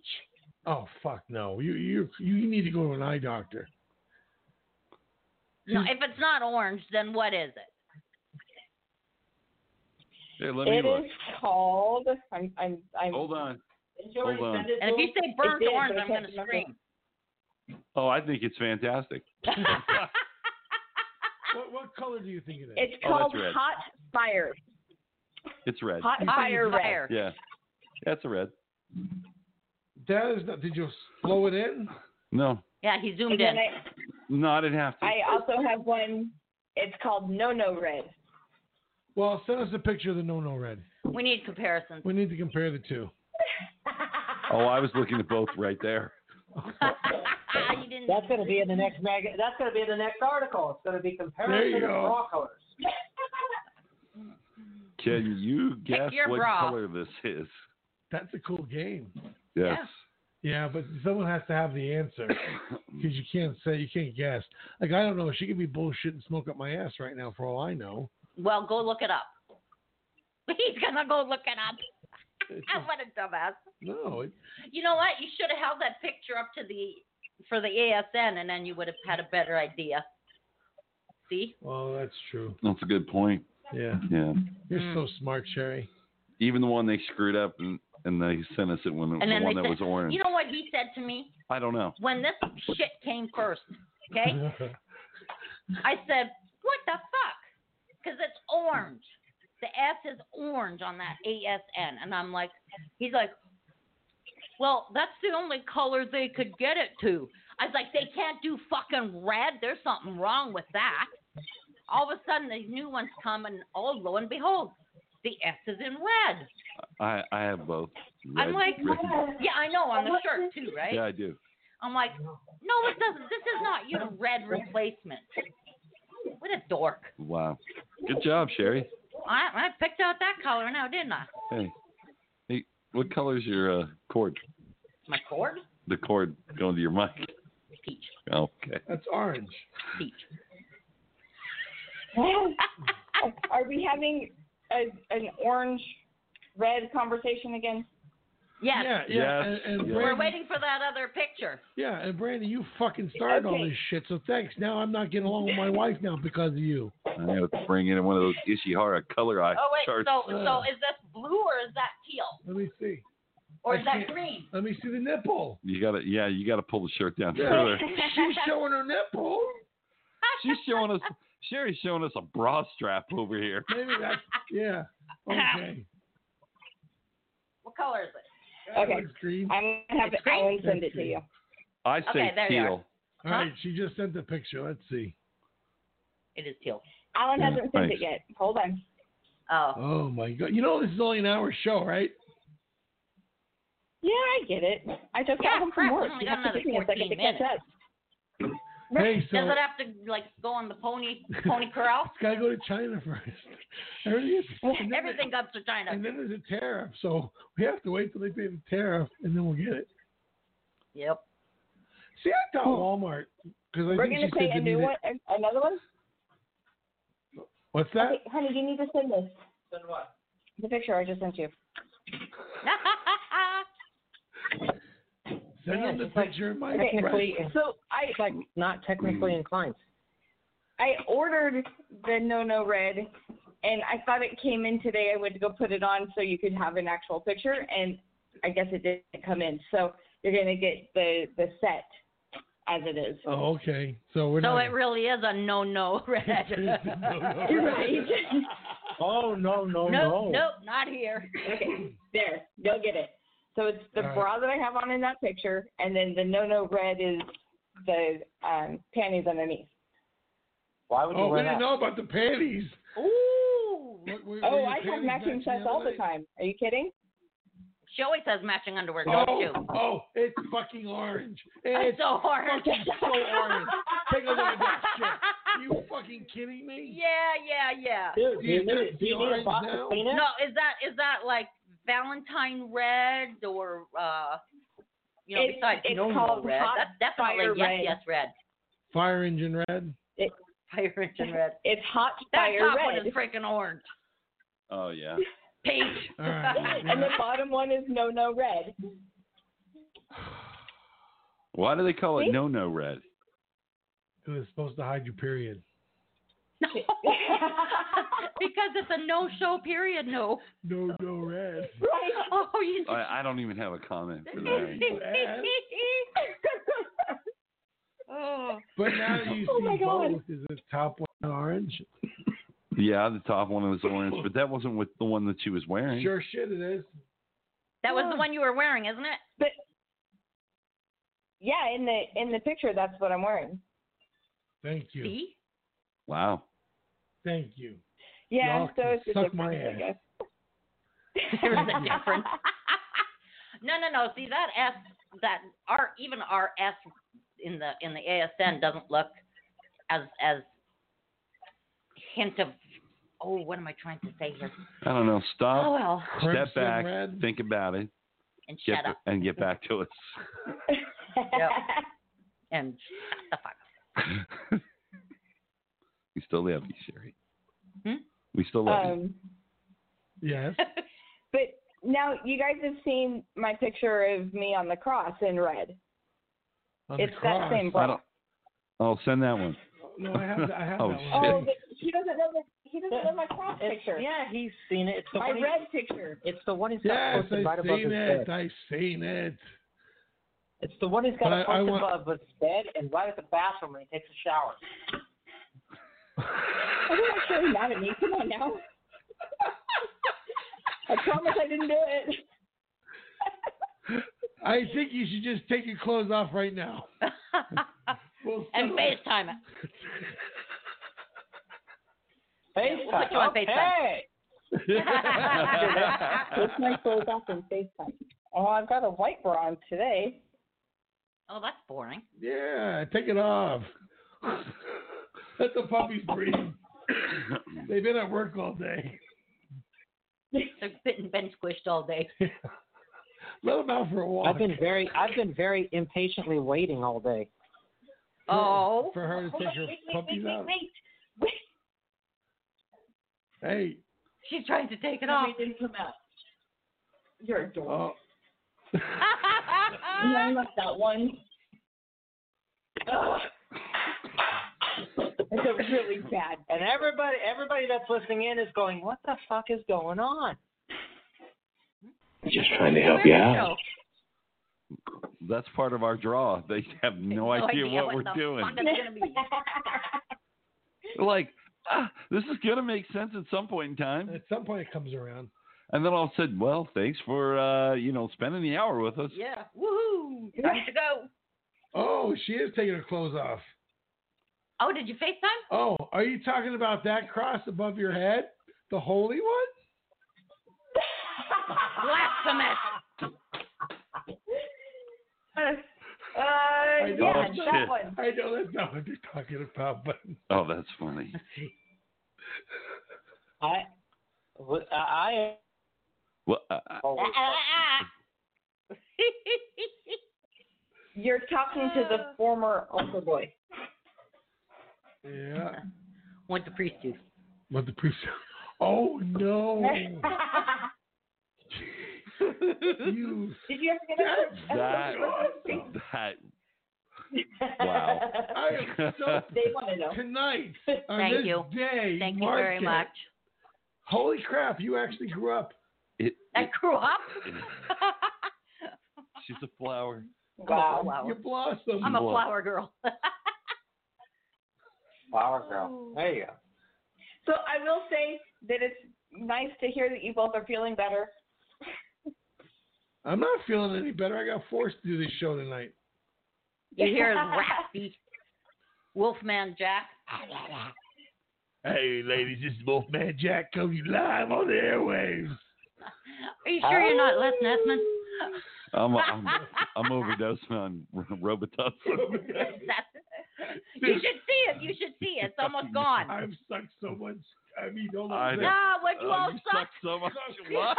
Speaker 6: Oh fuck no. You you you need to go to an eye doctor.
Speaker 9: Hmm.
Speaker 4: No, if it's not orange, then what is it?
Speaker 5: Here, let me
Speaker 9: It
Speaker 5: look.
Speaker 9: is called. I'm. I'm. I'm
Speaker 5: Hold on.
Speaker 9: Jordan
Speaker 5: Hold on.
Speaker 9: sent it
Speaker 4: And if
Speaker 9: to
Speaker 4: you
Speaker 9: me.
Speaker 4: say
Speaker 9: It
Speaker 4: burnt
Speaker 9: did, but
Speaker 4: orange,
Speaker 9: I
Speaker 4: I'm
Speaker 9: can't
Speaker 4: gonna
Speaker 9: remember.
Speaker 4: scream.
Speaker 5: Oh, I think it's fantastic.
Speaker 6: What, what color do you think it is?
Speaker 9: It's
Speaker 5: Oh,
Speaker 9: called
Speaker 5: that's red.
Speaker 9: Hot Fire.
Speaker 5: It's red.
Speaker 9: Hot Fire Red.
Speaker 4: Fire.
Speaker 5: Yeah. That's a red.
Speaker 6: that is not. Did you blow it in?
Speaker 5: No.
Speaker 4: Yeah, he
Speaker 9: And
Speaker 4: zoomed
Speaker 9: then
Speaker 4: in.
Speaker 9: I,
Speaker 5: No, I didn't have to.
Speaker 9: I also have one. It's called No No Red.
Speaker 6: Well, send us a picture of the no no red.
Speaker 4: We need comparisons.
Speaker 6: We need to compare the two.
Speaker 5: oh, I was looking at both right there.
Speaker 4: you didn't.
Speaker 10: That's going to be in the next mag. That's going to be in the next article. It's going to be
Speaker 6: There you
Speaker 10: comparison of
Speaker 6: go.
Speaker 10: bra colors.
Speaker 5: Can you guess
Speaker 4: your
Speaker 5: what
Speaker 4: bra.
Speaker 5: color this is?
Speaker 6: That's a cool game.
Speaker 5: Yes.
Speaker 6: Yeah, but someone has to have the answer because you can't say you can't guess. Like I don't know, she could be bullshit and smoke up my ass right now for all I know.
Speaker 4: Well, go look it up. He's gonna go look it up.
Speaker 6: It's just-
Speaker 4: what a dumbass.
Speaker 6: no, it,
Speaker 4: You know what? You should have held that picture up to the for the ASN, and then you would have had a better idea. See?
Speaker 6: well, that's true.
Speaker 5: That's a good point.
Speaker 6: Yeah,
Speaker 5: Yeah.
Speaker 6: you're
Speaker 4: Mm.
Speaker 6: so smart, Sherry.
Speaker 5: Even the one they screwed up and, and they sent us it when
Speaker 4: And
Speaker 5: the
Speaker 4: then
Speaker 5: one
Speaker 4: they
Speaker 5: that was
Speaker 4: said-
Speaker 5: orange.
Speaker 4: You know what he said to me
Speaker 5: I don't know.
Speaker 4: when this shit came first? Okay, I said, "What the fuck?" Because it's orange. The S is orange on that ASN, and I'm like, he's like, "Well, that's the only color they could get it to." I was like, "They can't do fucking red. There's something wrong with that." All of a sudden, these new ones come, and oh, lo and behold, the S is in red.
Speaker 5: I I have both.
Speaker 4: I'm
Speaker 5: Red-
Speaker 4: like,
Speaker 5: red-
Speaker 4: yeah, I know on the shirt too, right?
Speaker 5: yeah, I do.
Speaker 4: I'm like, no, it doesn't. This is not your red replacement. What a dork.
Speaker 5: Wow. Good job, Sherry.
Speaker 4: I, I picked out that color now, didn't I?
Speaker 5: Hey, hey, what color's your uh, cord?
Speaker 4: My cord?
Speaker 5: The cord going to your mic?
Speaker 4: Peach.
Speaker 5: Okay.
Speaker 6: That's orange.
Speaker 4: Peach.
Speaker 9: Are we having a, an orange red conversation again?
Speaker 4: Yes.
Speaker 6: Yeah, yeah.
Speaker 5: Yes,
Speaker 6: And, and
Speaker 5: yes.
Speaker 4: We're
Speaker 6: Brandy-
Speaker 4: waiting for that other picture.
Speaker 6: Yeah, and Brandy, you fucking started all
Speaker 9: Okay.
Speaker 6: this shit. So thanks. Now I'm not getting along with my wife now because of you.
Speaker 5: I'm gonna bring in one of those Ishihara color eye
Speaker 4: Oh wait,
Speaker 5: charts.
Speaker 4: so so is this blue or is that teal?
Speaker 6: Let me see.
Speaker 4: Or
Speaker 6: I
Speaker 4: is that
Speaker 6: can't-
Speaker 4: green?
Speaker 6: Let me see the nipple.
Speaker 5: you gotta, yeah, you gotta pull the shirt down further.
Speaker 6: She's showing her nipple.
Speaker 5: She's showing us, Sherry's showing us a bra strap over here.
Speaker 6: Maybe that's yeah. Okay.
Speaker 4: What color is it?
Speaker 9: Okay.
Speaker 6: That looks green.
Speaker 9: I'm gonna have
Speaker 4: It's great.
Speaker 9: Alan send it to you.
Speaker 5: I say
Speaker 4: Okay, there you
Speaker 5: teal.
Speaker 6: All right, she just sent the picture. Let's see.
Speaker 4: It is teal.
Speaker 9: Alan
Speaker 5: Yeah,
Speaker 9: hasn't sent
Speaker 5: thanks.
Speaker 9: it yet. Hold on.
Speaker 4: Oh.
Speaker 6: Oh my god! You know this is only an hour show, right?
Speaker 9: Yeah, I get it. I just
Speaker 4: Yeah,
Speaker 9: got home
Speaker 4: crap,
Speaker 9: from
Speaker 4: we
Speaker 9: work.
Speaker 4: only
Speaker 9: You
Speaker 4: got
Speaker 9: have to
Speaker 4: another
Speaker 9: give me a second
Speaker 4: 14
Speaker 9: to catch
Speaker 4: minutes.
Speaker 9: up.
Speaker 6: Hey, so
Speaker 4: Does it have to like go on the pony pony corral?
Speaker 6: it's gotta go to China first. Everything, and then-
Speaker 4: Everything comes to China.
Speaker 6: And then there's a tariff, so we have to wait till they pay the tariff, and then we'll get it.
Speaker 4: Yep.
Speaker 6: See, I thought Walmart because I
Speaker 9: We're
Speaker 6: think
Speaker 9: gonna
Speaker 6: she
Speaker 9: say
Speaker 6: said
Speaker 9: a
Speaker 6: to me
Speaker 9: new
Speaker 6: that-
Speaker 9: one, another one.
Speaker 6: What's that?
Speaker 9: Okay, honey, you need to send this. Send what? The picture I just sent you.
Speaker 6: Send
Speaker 10: Yeah,
Speaker 6: them the
Speaker 10: it's like-
Speaker 6: picture, Mike.
Speaker 10: Technically, it's
Speaker 9: So I Hmm.
Speaker 10: like not technically inclined.
Speaker 9: I ordered the No No Red, and I thought it came in today. I went to go put it on so you could have an actual picture, and I guess it didn't come in. So you're gonna get the the set as it is.
Speaker 6: Oh, okay. So we're
Speaker 4: So
Speaker 6: not.
Speaker 4: it really is a no no red.
Speaker 6: No,
Speaker 9: You're
Speaker 6: no.
Speaker 9: right.
Speaker 10: Oh no no
Speaker 4: nope, nope, not here.
Speaker 9: okay, there, you'll get it. So it's the
Speaker 6: All right.
Speaker 9: bra that I have on in that picture, and then the No No Red is the um, panties underneath.
Speaker 10: Why would you
Speaker 6: Oh, we
Speaker 10: wear that?
Speaker 6: didn't know about the panties.
Speaker 4: Ooh.
Speaker 6: What, were- were
Speaker 9: Oh,
Speaker 6: your
Speaker 9: I have
Speaker 6: panties
Speaker 9: matching
Speaker 6: matching
Speaker 9: sets all the
Speaker 6: other night?
Speaker 9: time. Are you kidding?
Speaker 4: She always has matching underwear, don't you?
Speaker 6: Oh, oh, it's fucking orange. It's
Speaker 4: so hard.
Speaker 6: fucking so orange. Take a look at that shit. Are you fucking kidding me?
Speaker 4: Yeah, yeah, yeah.
Speaker 10: Dude, do you need, do you need a box
Speaker 6: Orange now?
Speaker 10: of peanuts?
Speaker 4: No, is that is that like Valentine red or uh you know,
Speaker 9: It's-
Speaker 4: besides
Speaker 9: it's
Speaker 4: no no
Speaker 9: called
Speaker 4: red.
Speaker 9: hot
Speaker 4: That's definitely
Speaker 9: fire
Speaker 4: yes,
Speaker 9: red.
Speaker 4: yes red.
Speaker 6: Fire engine red.
Speaker 4: Fire engine red.
Speaker 9: It's hot
Speaker 4: That
Speaker 9: fire
Speaker 4: top
Speaker 9: red.
Speaker 4: one is freaking orange.
Speaker 5: Oh yeah.
Speaker 4: Pink.
Speaker 6: All right.
Speaker 9: and the bottom one is no no red.
Speaker 5: Why do they call it
Speaker 9: See?
Speaker 5: no no red?
Speaker 6: It was supposed to hide your period.
Speaker 4: because it's a no show period. No.
Speaker 6: No, no, red.
Speaker 4: Right. Oh, you.
Speaker 5: I, I don't even have a comment for that.
Speaker 4: oh.
Speaker 6: But now that you
Speaker 4: Oh
Speaker 6: see
Speaker 4: my God.
Speaker 6: both, is the top one orange?
Speaker 5: yeah, the top one was orange, but that wasn't with the one that she was wearing.
Speaker 6: Sure, shit, it is.
Speaker 4: That was the one you were wearing, isn't it?
Speaker 9: Yeah, in the in the picture, that's what I'm wearing.
Speaker 6: Thank you.
Speaker 4: See?
Speaker 5: Wow.
Speaker 6: Thank you.
Speaker 9: Yeah,
Speaker 6: Y'all
Speaker 9: so
Speaker 6: can
Speaker 9: it's a
Speaker 6: suck my
Speaker 9: difference, I
Speaker 6: ass.
Speaker 9: guess.
Speaker 4: There's a difference. no, no, no. See that S, that R, even our S in the in the ASN doesn't look as as hint of. Oh, what am I trying to say here?
Speaker 5: I don't know.
Speaker 4: Oh
Speaker 5: Stop.
Speaker 4: well,
Speaker 6: Crimson
Speaker 5: step back.
Speaker 6: red.
Speaker 5: Think about it.
Speaker 4: and
Speaker 5: Get
Speaker 4: shut up
Speaker 5: and get back to us.
Speaker 4: and shut the fuck. up.
Speaker 5: we still love you, Sherry.
Speaker 4: Hmm?
Speaker 5: We still love you.
Speaker 9: um,
Speaker 6: Yes.
Speaker 9: but now you guys have seen my picture of me on the cross in red.
Speaker 6: On
Speaker 9: it's
Speaker 6: the
Speaker 9: that
Speaker 6: cross.
Speaker 9: same
Speaker 5: I
Speaker 9: bra.
Speaker 5: don't. Oh, send that one.
Speaker 6: No, I have, I have
Speaker 5: Oh,
Speaker 6: that one.
Speaker 9: Oh, but he doesn't know the he doesn't know my cross
Speaker 10: It's-
Speaker 9: picture.
Speaker 10: Yeah, he's seen it. It's the
Speaker 9: My
Speaker 10: one he-
Speaker 9: red picture.
Speaker 10: It's the one he's got
Speaker 6: Yes,
Speaker 10: posted right
Speaker 6: I've
Speaker 10: above
Speaker 6: seen
Speaker 10: his
Speaker 6: it.
Speaker 10: bed.
Speaker 6: I've seen it.
Speaker 10: It's the one he's got
Speaker 6: But I-
Speaker 10: a
Speaker 6: I
Speaker 10: post
Speaker 6: want-
Speaker 10: above his bed and right at the bathroom when he takes a shower.
Speaker 9: Everyone's really mad at me. Come on now. I promise I didn't do it.
Speaker 6: I think you should just take your clothes off right now. We'll
Speaker 4: and
Speaker 6: settle it.
Speaker 4: FaceTime it.
Speaker 10: FaceTime.
Speaker 4: we'll put you on
Speaker 10: okay.
Speaker 4: FaceTime.
Speaker 9: Take my clothes off and FaceTime. Oh, I've got a white bra on today.
Speaker 4: Oh, that's boring.
Speaker 6: Yeah, take it off. Let the puppies breathe. They've been at work all day.
Speaker 4: They've been, been squished all day.
Speaker 6: Let them out for a walk.
Speaker 10: I've been very, I've been very impatiently waiting all day.
Speaker 4: Oh,
Speaker 6: for her to
Speaker 9: Hold
Speaker 6: take
Speaker 9: on,
Speaker 6: her
Speaker 9: wait, wait,
Speaker 6: puppies
Speaker 9: wait, wait,
Speaker 6: out.
Speaker 9: wait. Wait.
Speaker 6: Hey,
Speaker 4: she's trying to take it off.
Speaker 10: It didn't come out.
Speaker 9: You're a dork.
Speaker 6: oh,
Speaker 4: Ah.
Speaker 9: No, I left that one. Ugh. It's a really bad.
Speaker 10: And everybody, everybody that's listening in is going, "What the fuck is going on?"
Speaker 3: Just trying to help you out.
Speaker 5: That's part of our draw. They have no, idea, what, we're
Speaker 4: the
Speaker 5: doing.
Speaker 4: fuck it's gonna be.
Speaker 5: They're like, ah, this is gonna make sense at some point in time.
Speaker 6: at some point it comes around.
Speaker 5: And then all of a sudden, well, thanks for uh, you know spending the hour with us.
Speaker 4: Yeah. Woohoo! Time to go.
Speaker 6: Oh, she is taking her clothes off.
Speaker 4: Oh, did you FaceTime?
Speaker 6: Oh, are you talking about that cross above your head? The holy one?
Speaker 4: Blasphemous!
Speaker 9: Uh,
Speaker 6: know Oh,
Speaker 9: yeah,
Speaker 5: it's
Speaker 9: that
Speaker 5: shit.
Speaker 9: one.
Speaker 6: I know that's not what you're talking about, but
Speaker 5: Oh, that's funny.
Speaker 10: I, w- I,
Speaker 5: Well, uh, uh,
Speaker 10: I always,
Speaker 9: You're talking to
Speaker 4: Ah.
Speaker 9: the former altar boy.
Speaker 6: yeah.
Speaker 4: Went to priest do?
Speaker 6: What the priest? Oh no!
Speaker 9: Did
Speaker 6: you
Speaker 9: you ever get up there?
Speaker 5: that that wow.
Speaker 6: I am so
Speaker 9: They want to know.
Speaker 6: tonight on
Speaker 4: Thank
Speaker 6: this
Speaker 4: you.
Speaker 6: day.
Speaker 4: Thank you
Speaker 6: mark
Speaker 4: very
Speaker 6: it.
Speaker 4: much.
Speaker 6: Holy crap! You actually grew up.
Speaker 5: It,
Speaker 4: I
Speaker 5: it-
Speaker 4: grew up.
Speaker 5: she's a flower.
Speaker 4: I'm a
Speaker 9: Wow.
Speaker 6: You
Speaker 4: flower.
Speaker 6: blossomed.
Speaker 4: I'm a
Speaker 5: Whoa.
Speaker 4: flower girl.
Speaker 10: flower girl. There you go.
Speaker 9: So I will say that it's nice to hear that you both are feeling better.
Speaker 6: I'm not feeling any better. I got forced to do this show tonight.
Speaker 4: you hear his raspy Wolfman Jack.
Speaker 6: Hey, ladies, this is Wolfman Jack coming live on the airwaves.
Speaker 4: Are you sure you're not Les Nessman?
Speaker 5: I'm I'm, I'm overdosing on Robitussin.
Speaker 4: That's- you should see it. You should see it. It's almost gone.
Speaker 6: I've sucked so much. I mean, don't
Speaker 5: I
Speaker 6: know.
Speaker 5: know.
Speaker 4: No, what Uh, you all
Speaker 5: Oh, you
Speaker 4: suck.
Speaker 5: suck so much.
Speaker 6: Suck.
Speaker 5: What?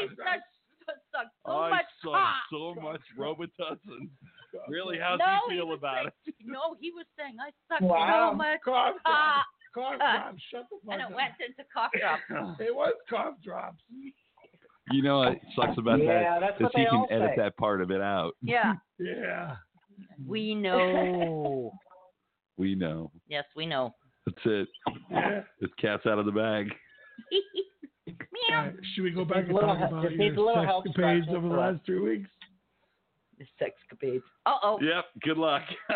Speaker 4: he sucked, sucked so
Speaker 5: I
Speaker 4: much
Speaker 5: suck
Speaker 4: cock.
Speaker 5: so much Robitussin. Really, how do
Speaker 4: No, he
Speaker 5: you feel
Speaker 4: was
Speaker 5: about it?
Speaker 4: No, he was saying I sucked
Speaker 9: Wow.
Speaker 4: so much
Speaker 6: Cough drop.
Speaker 4: cock,
Speaker 6: Cough drop. Shut the fuck
Speaker 4: and it
Speaker 6: up.
Speaker 4: went into cough drop.
Speaker 6: It was cough drops.
Speaker 5: You know what sucks about that
Speaker 10: Yeah, that's
Speaker 5: is
Speaker 10: what
Speaker 5: he
Speaker 10: they
Speaker 5: can
Speaker 10: all
Speaker 5: edit
Speaker 10: say.
Speaker 5: that part of it out.
Speaker 4: Yeah,
Speaker 6: Yeah.
Speaker 4: we know.
Speaker 10: Oh.
Speaker 5: We know.
Speaker 4: yes, we know.
Speaker 5: That's it. It's cat's out of the bag.
Speaker 6: All right, should we go back and
Speaker 4: Little
Speaker 6: talk
Speaker 4: help-
Speaker 6: about
Speaker 4: just needs a
Speaker 6: your
Speaker 4: little help
Speaker 6: sex page
Speaker 4: scratching
Speaker 6: over the
Speaker 4: for us.
Speaker 6: last three weeks?
Speaker 4: Sexcapades. Uh oh.
Speaker 5: Yep. Good luck.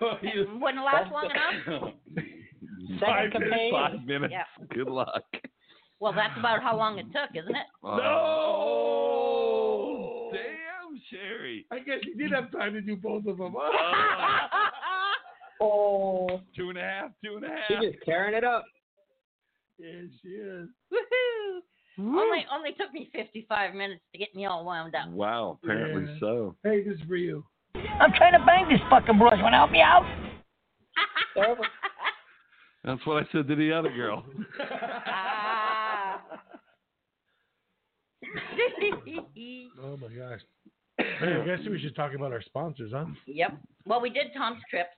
Speaker 4: Wouldn't last long enough.
Speaker 5: Five
Speaker 4: Second
Speaker 5: minutes.
Speaker 4: campaign.
Speaker 5: Five minutes.
Speaker 4: Yeah.
Speaker 5: Good luck.
Speaker 4: Well, that's about how long it took, isn't it?
Speaker 5: No. Damn, Sherry.
Speaker 6: I guess you did have time to do both of them.
Speaker 5: Oh,
Speaker 9: Oh,
Speaker 5: two and a half. Two and a half.
Speaker 11: She's just tearing it up.
Speaker 6: yeah, she is.
Speaker 4: Woohoo! Only only took me 55 minutes to get me all wound up.
Speaker 5: Wow. Apparently
Speaker 6: Yeah.
Speaker 5: so.
Speaker 6: Hey, this is for you.
Speaker 1: I'm trying to bang this fucking brush. Wanna help me out?
Speaker 9: terrible.
Speaker 5: That's what I said to the other girl.
Speaker 4: Ah.
Speaker 6: Oh my gosh. Hey, I guess we should talk about our sponsors, huh?
Speaker 4: yep. Well, we did Tom's Trips.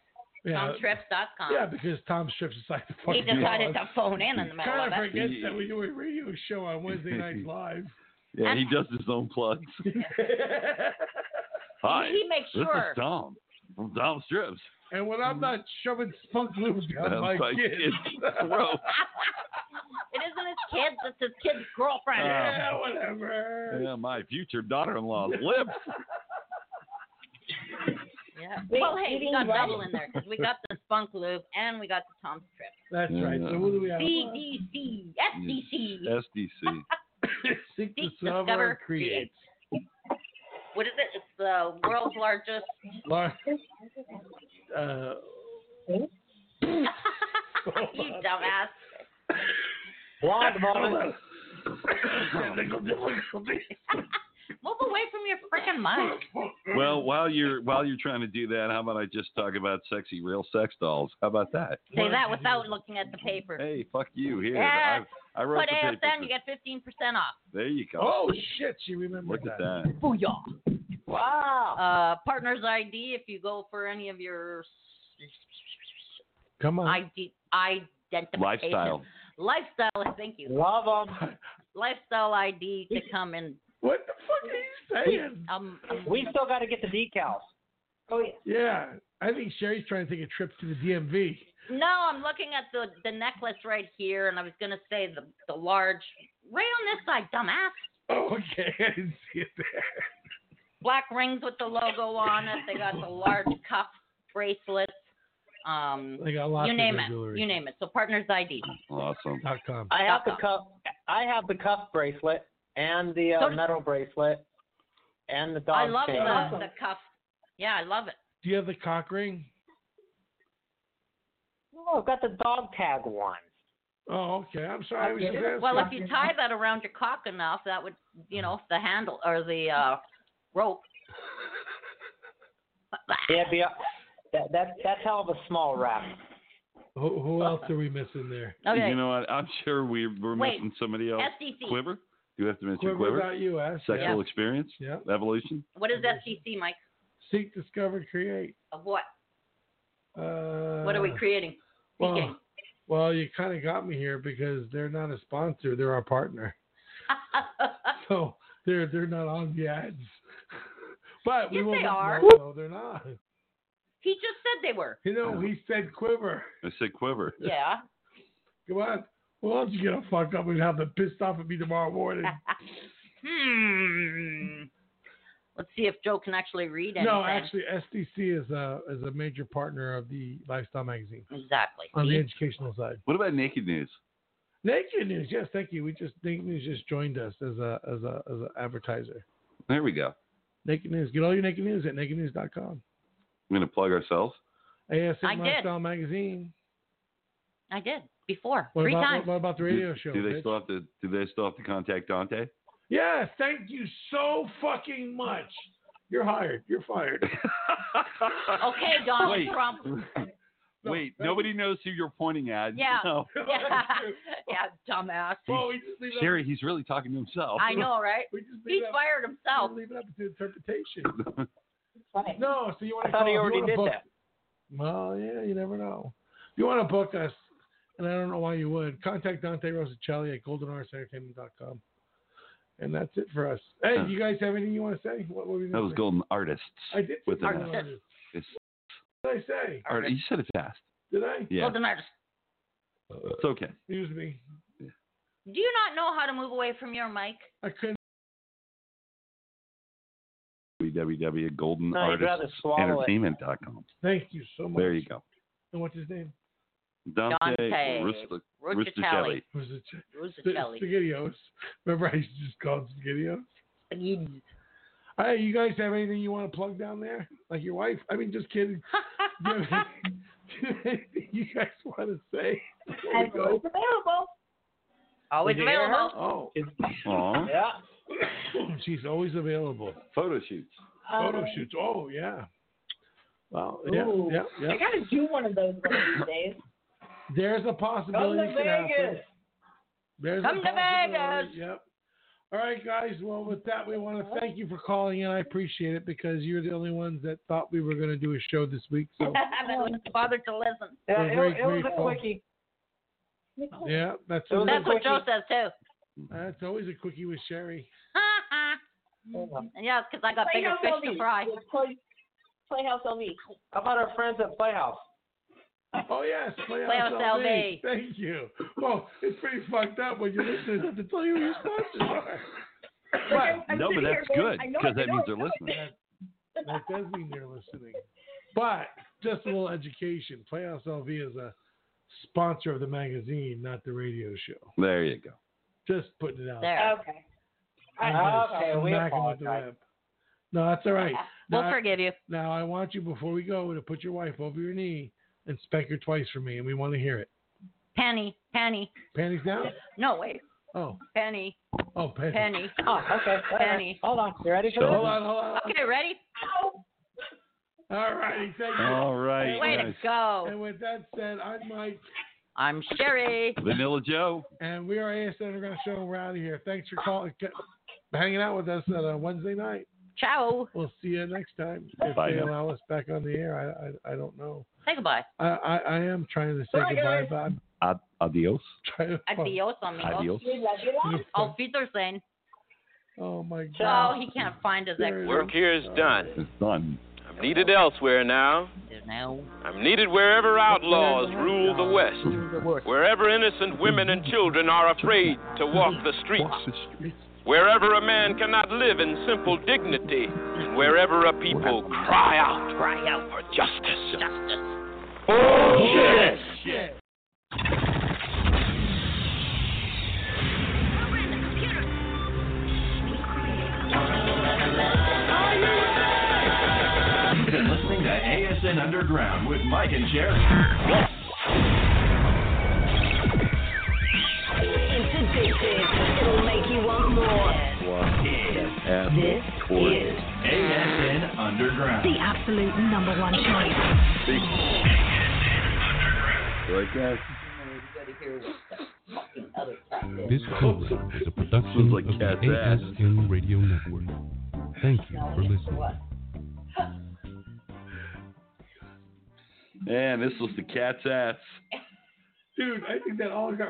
Speaker 6: Yeah.
Speaker 4: TomTrips.com.
Speaker 6: Yeah, because Tom Strips decided to
Speaker 4: he
Speaker 6: fucking
Speaker 4: decided to phone in in the middle
Speaker 6: Kind
Speaker 4: of
Speaker 6: of
Speaker 4: it.
Speaker 6: forgets that we do a radio show on Wednesday nights live.
Speaker 5: Yeah, he does his own plugs. Hi.
Speaker 4: He makes
Speaker 5: This
Speaker 4: sure.
Speaker 5: is Dom from Dom Strips.
Speaker 6: And when I'm not shoving spunk lube down
Speaker 5: That's
Speaker 6: my
Speaker 5: my
Speaker 6: kids.
Speaker 5: kid's throat.
Speaker 4: It isn't his kids, it's his kid's girlfriend.
Speaker 5: Uh.
Speaker 6: yeah, whatever.
Speaker 5: Yeah, my future daughter-in-law's lips.
Speaker 4: Yeah.
Speaker 9: Wait,
Speaker 4: Well, hey, we
Speaker 9: eating
Speaker 4: got
Speaker 9: what?
Speaker 4: double in there because we got the Spunk Lube and we got the Tom's Trip.
Speaker 6: That's right. So what do we have?
Speaker 4: CDC, SDC.
Speaker 5: SDC.
Speaker 6: Seek
Speaker 4: Seek,
Speaker 6: discover,
Speaker 4: discover,
Speaker 6: and create.
Speaker 4: What is it? It's the world's largest.
Speaker 6: Lar- uh,
Speaker 4: you dumbass.
Speaker 11: Blonde woman.
Speaker 6: technical difficulties.
Speaker 4: Move away from your freaking mic.
Speaker 5: Well, while you're while you're trying to do that, how about I just talk about sexy real sex dolls? How about that?
Speaker 4: Say that without looking at the paper.
Speaker 5: Hey, fuck you. Here,
Speaker 4: Yes.
Speaker 5: I, I wrote
Speaker 4: Put
Speaker 5: the
Speaker 4: ASN,
Speaker 5: paper.
Speaker 4: you get 15% off.
Speaker 5: there you go.
Speaker 6: Oh shit, she remembered
Speaker 5: Look at that.
Speaker 4: Booyah.
Speaker 11: Wow.
Speaker 4: Uh, partner's ID, if you go for any of your s-
Speaker 6: Come on.
Speaker 4: ID, identification.
Speaker 5: Lifestyle.
Speaker 4: Lifestyle, thank you.
Speaker 11: Love them.
Speaker 4: Lifestyle ID to come and
Speaker 6: what the fuck are you saying?
Speaker 4: um, um,
Speaker 11: We still got to get the decals.
Speaker 9: Oh yeah.
Speaker 6: Yeah, I think Sherry's trying to take a trip to the DMV.
Speaker 4: No, I'm looking at the the necklace right here, and I was gonna say the the large right on this side, dumbass.
Speaker 6: Oh, okay, I didn't see it there.
Speaker 4: Black rings with the logo on it. They got the large cuff bracelets. Um,
Speaker 6: They got lots
Speaker 4: you
Speaker 6: of
Speaker 4: name
Speaker 6: their
Speaker 4: it.
Speaker 6: jewelry.
Speaker 4: You name it. So partners ID.
Speaker 5: Awesome.
Speaker 6: Dot com.
Speaker 11: I have the cuff. I have the cuff bracelet and the
Speaker 4: So
Speaker 11: uh,
Speaker 4: does-
Speaker 11: metal bracelet and the dog
Speaker 4: I love
Speaker 11: chain.
Speaker 4: the, the cuff. Yeah, I love it.
Speaker 6: Do you have the cock ring?
Speaker 11: Oh, I've got the dog tag one.
Speaker 6: Oh, okay. I'm sorry. I was just asking.
Speaker 4: Well, if you tie that around your cock enough, that would you know the handle or the uh, rope.
Speaker 11: Yeah, be a, that, that that's hell of a small wrap.
Speaker 6: who, who else are we missing there?
Speaker 4: Okay.
Speaker 5: You know what? I'm sure we we're
Speaker 4: Wait.
Speaker 5: missing somebody else.
Speaker 4: SDC.
Speaker 5: Quiver. You have to mention Quiver.
Speaker 6: Quiver.us.
Speaker 5: Sexual experience.
Speaker 6: Yeah.
Speaker 5: Evolution.
Speaker 4: What is SDC, Mike?
Speaker 6: Seek, discover, create.
Speaker 4: Of what?
Speaker 6: Uh,
Speaker 4: What are we creating? Speaking.
Speaker 6: Well, well, you kind of got me here because they're not a sponsor; they're our partner. So they're they're not on the ads. But we
Speaker 4: Yes,
Speaker 6: will
Speaker 4: they
Speaker 6: let
Speaker 4: are.
Speaker 6: you know, No, they're not.
Speaker 4: he just said they were.
Speaker 6: You know, he said quiver.
Speaker 5: I said Quiver.
Speaker 4: Yeah.
Speaker 6: Come on. Well, why don't you get a fuck up and have them pissed off at me tomorrow morning?
Speaker 4: hmm. Let's see if Joe can actually read anything.
Speaker 6: no, actually, SDC is a is a major partner of the Lifestyle Magazine
Speaker 4: Exactly.
Speaker 6: on the
Speaker 4: See?
Speaker 6: educational side.
Speaker 5: What about Naked News?
Speaker 6: Naked News, yes, thank you. We just Naked News just joined us as a as a as an advertiser.
Speaker 5: There we go.
Speaker 6: Naked News, get all your Naked News at nakednews.com.
Speaker 5: I'm gonna plug ourselves.
Speaker 4: I
Speaker 6: ASM
Speaker 4: did.
Speaker 6: Lifestyle Magazine.
Speaker 4: I did before
Speaker 6: What
Speaker 4: three
Speaker 6: about
Speaker 4: times.
Speaker 6: What, about the radio
Speaker 5: do,
Speaker 6: show?
Speaker 5: Do
Speaker 6: bitch?
Speaker 5: they still have to? Do they still have to contact Dante?
Speaker 6: Yes, thank you so fucking much. You're hired. You're fired.
Speaker 4: okay, Donald
Speaker 5: Wait.
Speaker 4: Trump.
Speaker 5: Wait, nobody knows who you're pointing at.
Speaker 4: Yeah.
Speaker 5: No.
Speaker 4: Yeah. yeah, dumbass.
Speaker 6: Well, Oh, we just leave it
Speaker 5: Sherry, he's really talking to himself.
Speaker 4: I know, right?
Speaker 6: Up, we just leave
Speaker 4: He
Speaker 6: it up,
Speaker 4: fired himself.
Speaker 6: we leave it up to interpretation.
Speaker 9: Funny.
Speaker 6: No, so you want
Speaker 11: I
Speaker 6: to?
Speaker 11: thought
Speaker 6: call,
Speaker 11: he
Speaker 6: if you
Speaker 11: already
Speaker 6: wanna
Speaker 11: did
Speaker 6: book,
Speaker 11: that.
Speaker 6: Well, yeah, you never know. If you want to book us, and I don't know why you would, contact Dante Rosicelli at goldenartsentertainment.com. And that's it for us. Hey,
Speaker 5: Huh.
Speaker 6: you guys have anything you want to say? What, what were we
Speaker 5: That
Speaker 6: gonna
Speaker 5: was
Speaker 6: say?
Speaker 5: Golden Artists.
Speaker 6: I did.
Speaker 5: with
Speaker 6: say
Speaker 5: an
Speaker 6: Golden
Speaker 4: S.
Speaker 6: Artist.
Speaker 5: It's
Speaker 6: did I say?
Speaker 5: All right, you said it fast.
Speaker 6: Did I?
Speaker 5: Yeah.
Speaker 4: Well, then I just-
Speaker 5: It's okay.
Speaker 6: Excuse me.
Speaker 4: do you not know how to move away from your mic?
Speaker 6: I couldn't.
Speaker 10: No, you'd rather swallow it.
Speaker 5: www.goldenartistentertainment.com.
Speaker 6: Thank you so much.
Speaker 5: There you go.
Speaker 6: And what's his name?
Speaker 5: Dante,
Speaker 4: Dante
Speaker 5: Rustic-
Speaker 4: Rusticelli.
Speaker 5: Rusticelli.
Speaker 6: Was it Ch- Sp-
Speaker 4: Rusticelli.
Speaker 6: SpaghettiOs? Remember, I used to just call them SpaghettiOs.
Speaker 4: Spaghetti.
Speaker 6: Hey, you guys have anything you want to plug down there? Like your wife? I mean, just kidding. Do you have anything you guys want to say? before we
Speaker 9: I'm always
Speaker 6: go?
Speaker 9: available.
Speaker 4: Always
Speaker 10: Did you hear
Speaker 4: available.
Speaker 6: Oh,
Speaker 5: Aw,
Speaker 10: Yeah.
Speaker 6: she's always available.
Speaker 5: photo shoots.
Speaker 9: Um,
Speaker 6: Photo shoots. Oh yeah. Wow. Yeah.
Speaker 9: Ooh.
Speaker 6: Yeah. Yeah.
Speaker 9: I gotta do one of those one of these days.
Speaker 6: There's a
Speaker 10: Come
Speaker 6: possibility.
Speaker 10: to
Speaker 6: it could happen.
Speaker 10: Vegas.
Speaker 6: There's
Speaker 4: Come
Speaker 6: a
Speaker 4: to
Speaker 6: possibility.
Speaker 4: Vegas.
Speaker 6: Yep. All right, guys. Well, with that, we want to thank you for calling in. I appreciate it because you're the only ones that thought we were going to do a show this week. So
Speaker 4: I haven't bothered to listen.
Speaker 10: Yeah,
Speaker 6: We're
Speaker 10: it,
Speaker 6: very
Speaker 10: it was a
Speaker 6: grateful.
Speaker 10: quickie.
Speaker 9: Nicole,
Speaker 6: yeah, that's
Speaker 10: It
Speaker 6: always,
Speaker 10: was
Speaker 4: That's what Joe says too.
Speaker 6: that's always a quickie with Sherry.
Speaker 4: yeah, because I got bigger
Speaker 9: Playhouse
Speaker 4: fish
Speaker 9: LV.
Speaker 4: to fry.
Speaker 9: With Play- Playhouse LV.
Speaker 10: How about our friends at Playhouse?
Speaker 6: Oh yes, Playhouse,
Speaker 4: Playhouse
Speaker 6: LV.
Speaker 4: LV.
Speaker 6: Thank you. Well, it's pretty fucked up when your listeners have to tell you who your sponsors are.
Speaker 9: Like, I'm- I'm
Speaker 5: no, but
Speaker 9: sitting here
Speaker 5: that's
Speaker 9: going,
Speaker 5: good
Speaker 9: I know it,
Speaker 5: because
Speaker 9: I
Speaker 5: that
Speaker 9: know
Speaker 5: means
Speaker 9: it,
Speaker 5: they're
Speaker 9: I know it.
Speaker 5: listening.
Speaker 6: That does mean they're listening. But just a little education. Playhouse LV is a sponsor of the magazine, not the radio show.
Speaker 5: There you go.
Speaker 6: Just putting it out.
Speaker 4: There.
Speaker 9: Okay.
Speaker 6: I'm
Speaker 10: Okay,
Speaker 6: just smacking
Speaker 10: we
Speaker 6: with the
Speaker 10: apologize.
Speaker 6: whip. No, that's all right.
Speaker 4: We'll
Speaker 6: Now-
Speaker 4: forgive you.
Speaker 6: Now I want you before we go to put your wife over your knee and spank her twice for me, and we want to hear it.
Speaker 4: Penny, Penny.
Speaker 6: Panties down.
Speaker 4: No, wait.
Speaker 6: Oh,
Speaker 4: Penny,
Speaker 6: oh, panties.
Speaker 4: Penny.
Speaker 10: Oh, okay. all right.
Speaker 4: Penny.
Speaker 10: Hold on. You ready for
Speaker 5: So-
Speaker 6: Hold
Speaker 10: this?
Speaker 6: on, hold on.
Speaker 4: Okay, ready?
Speaker 6: All righty, thank you.
Speaker 5: All right.
Speaker 4: Way to
Speaker 5: guys.
Speaker 4: go.
Speaker 6: And with that said, I'm Mike,
Speaker 4: I'm Sherry.
Speaker 5: Vanilla Joe.
Speaker 6: and we are AS Underground Show. and We're out of here. Thanks for calling, ca- hanging out with us on a Wednesday night.
Speaker 4: Ciao.
Speaker 6: We'll see you next time if
Speaker 5: Bye
Speaker 6: they
Speaker 5: now.
Speaker 6: allow us back on the air. I I, I don't know.
Speaker 4: Say goodbye.
Speaker 6: I, I I am trying to say
Speaker 10: Bye,
Speaker 6: goodbye,
Speaker 10: guys.
Speaker 6: but I'm
Speaker 5: Ad- adios.
Speaker 6: trying to.
Speaker 4: Adios, amigos.
Speaker 5: Adios.
Speaker 9: We love you lots.
Speaker 4: Auf Wiedersehen.
Speaker 6: Oh my
Speaker 4: Oh,
Speaker 6: god.
Speaker 4: he can't find us at
Speaker 6: Work
Speaker 12: here is done.
Speaker 5: It's done.
Speaker 12: I'm needed elsewhere now.
Speaker 4: now.
Speaker 12: I'm needed wherever outlaws rule the West, wherever innocent women and children are afraid to walk the
Speaker 5: Walk
Speaker 12: streets,
Speaker 5: the streets.
Speaker 12: wherever a man cannot live in simple dignity, and wherever a people cry out, cry out for justice.
Speaker 4: Justice.
Speaker 12: Bullshit!
Speaker 1: Program the computer.
Speaker 2: You've been listening to ASN Underground with Mike and Jerry.
Speaker 1: It's addictive. It'll make you want more.
Speaker 5: Wow.
Speaker 1: This is
Speaker 2: ASN Underground.
Speaker 1: the absolute number one choice.
Speaker 5: Like that.
Speaker 13: This program is a production
Speaker 5: Like
Speaker 13: of the
Speaker 5: cat's ass.
Speaker 13: ASN Radio Network. Thank you for listening.
Speaker 5: And this was the cat's ass.
Speaker 6: Dude, I think that all got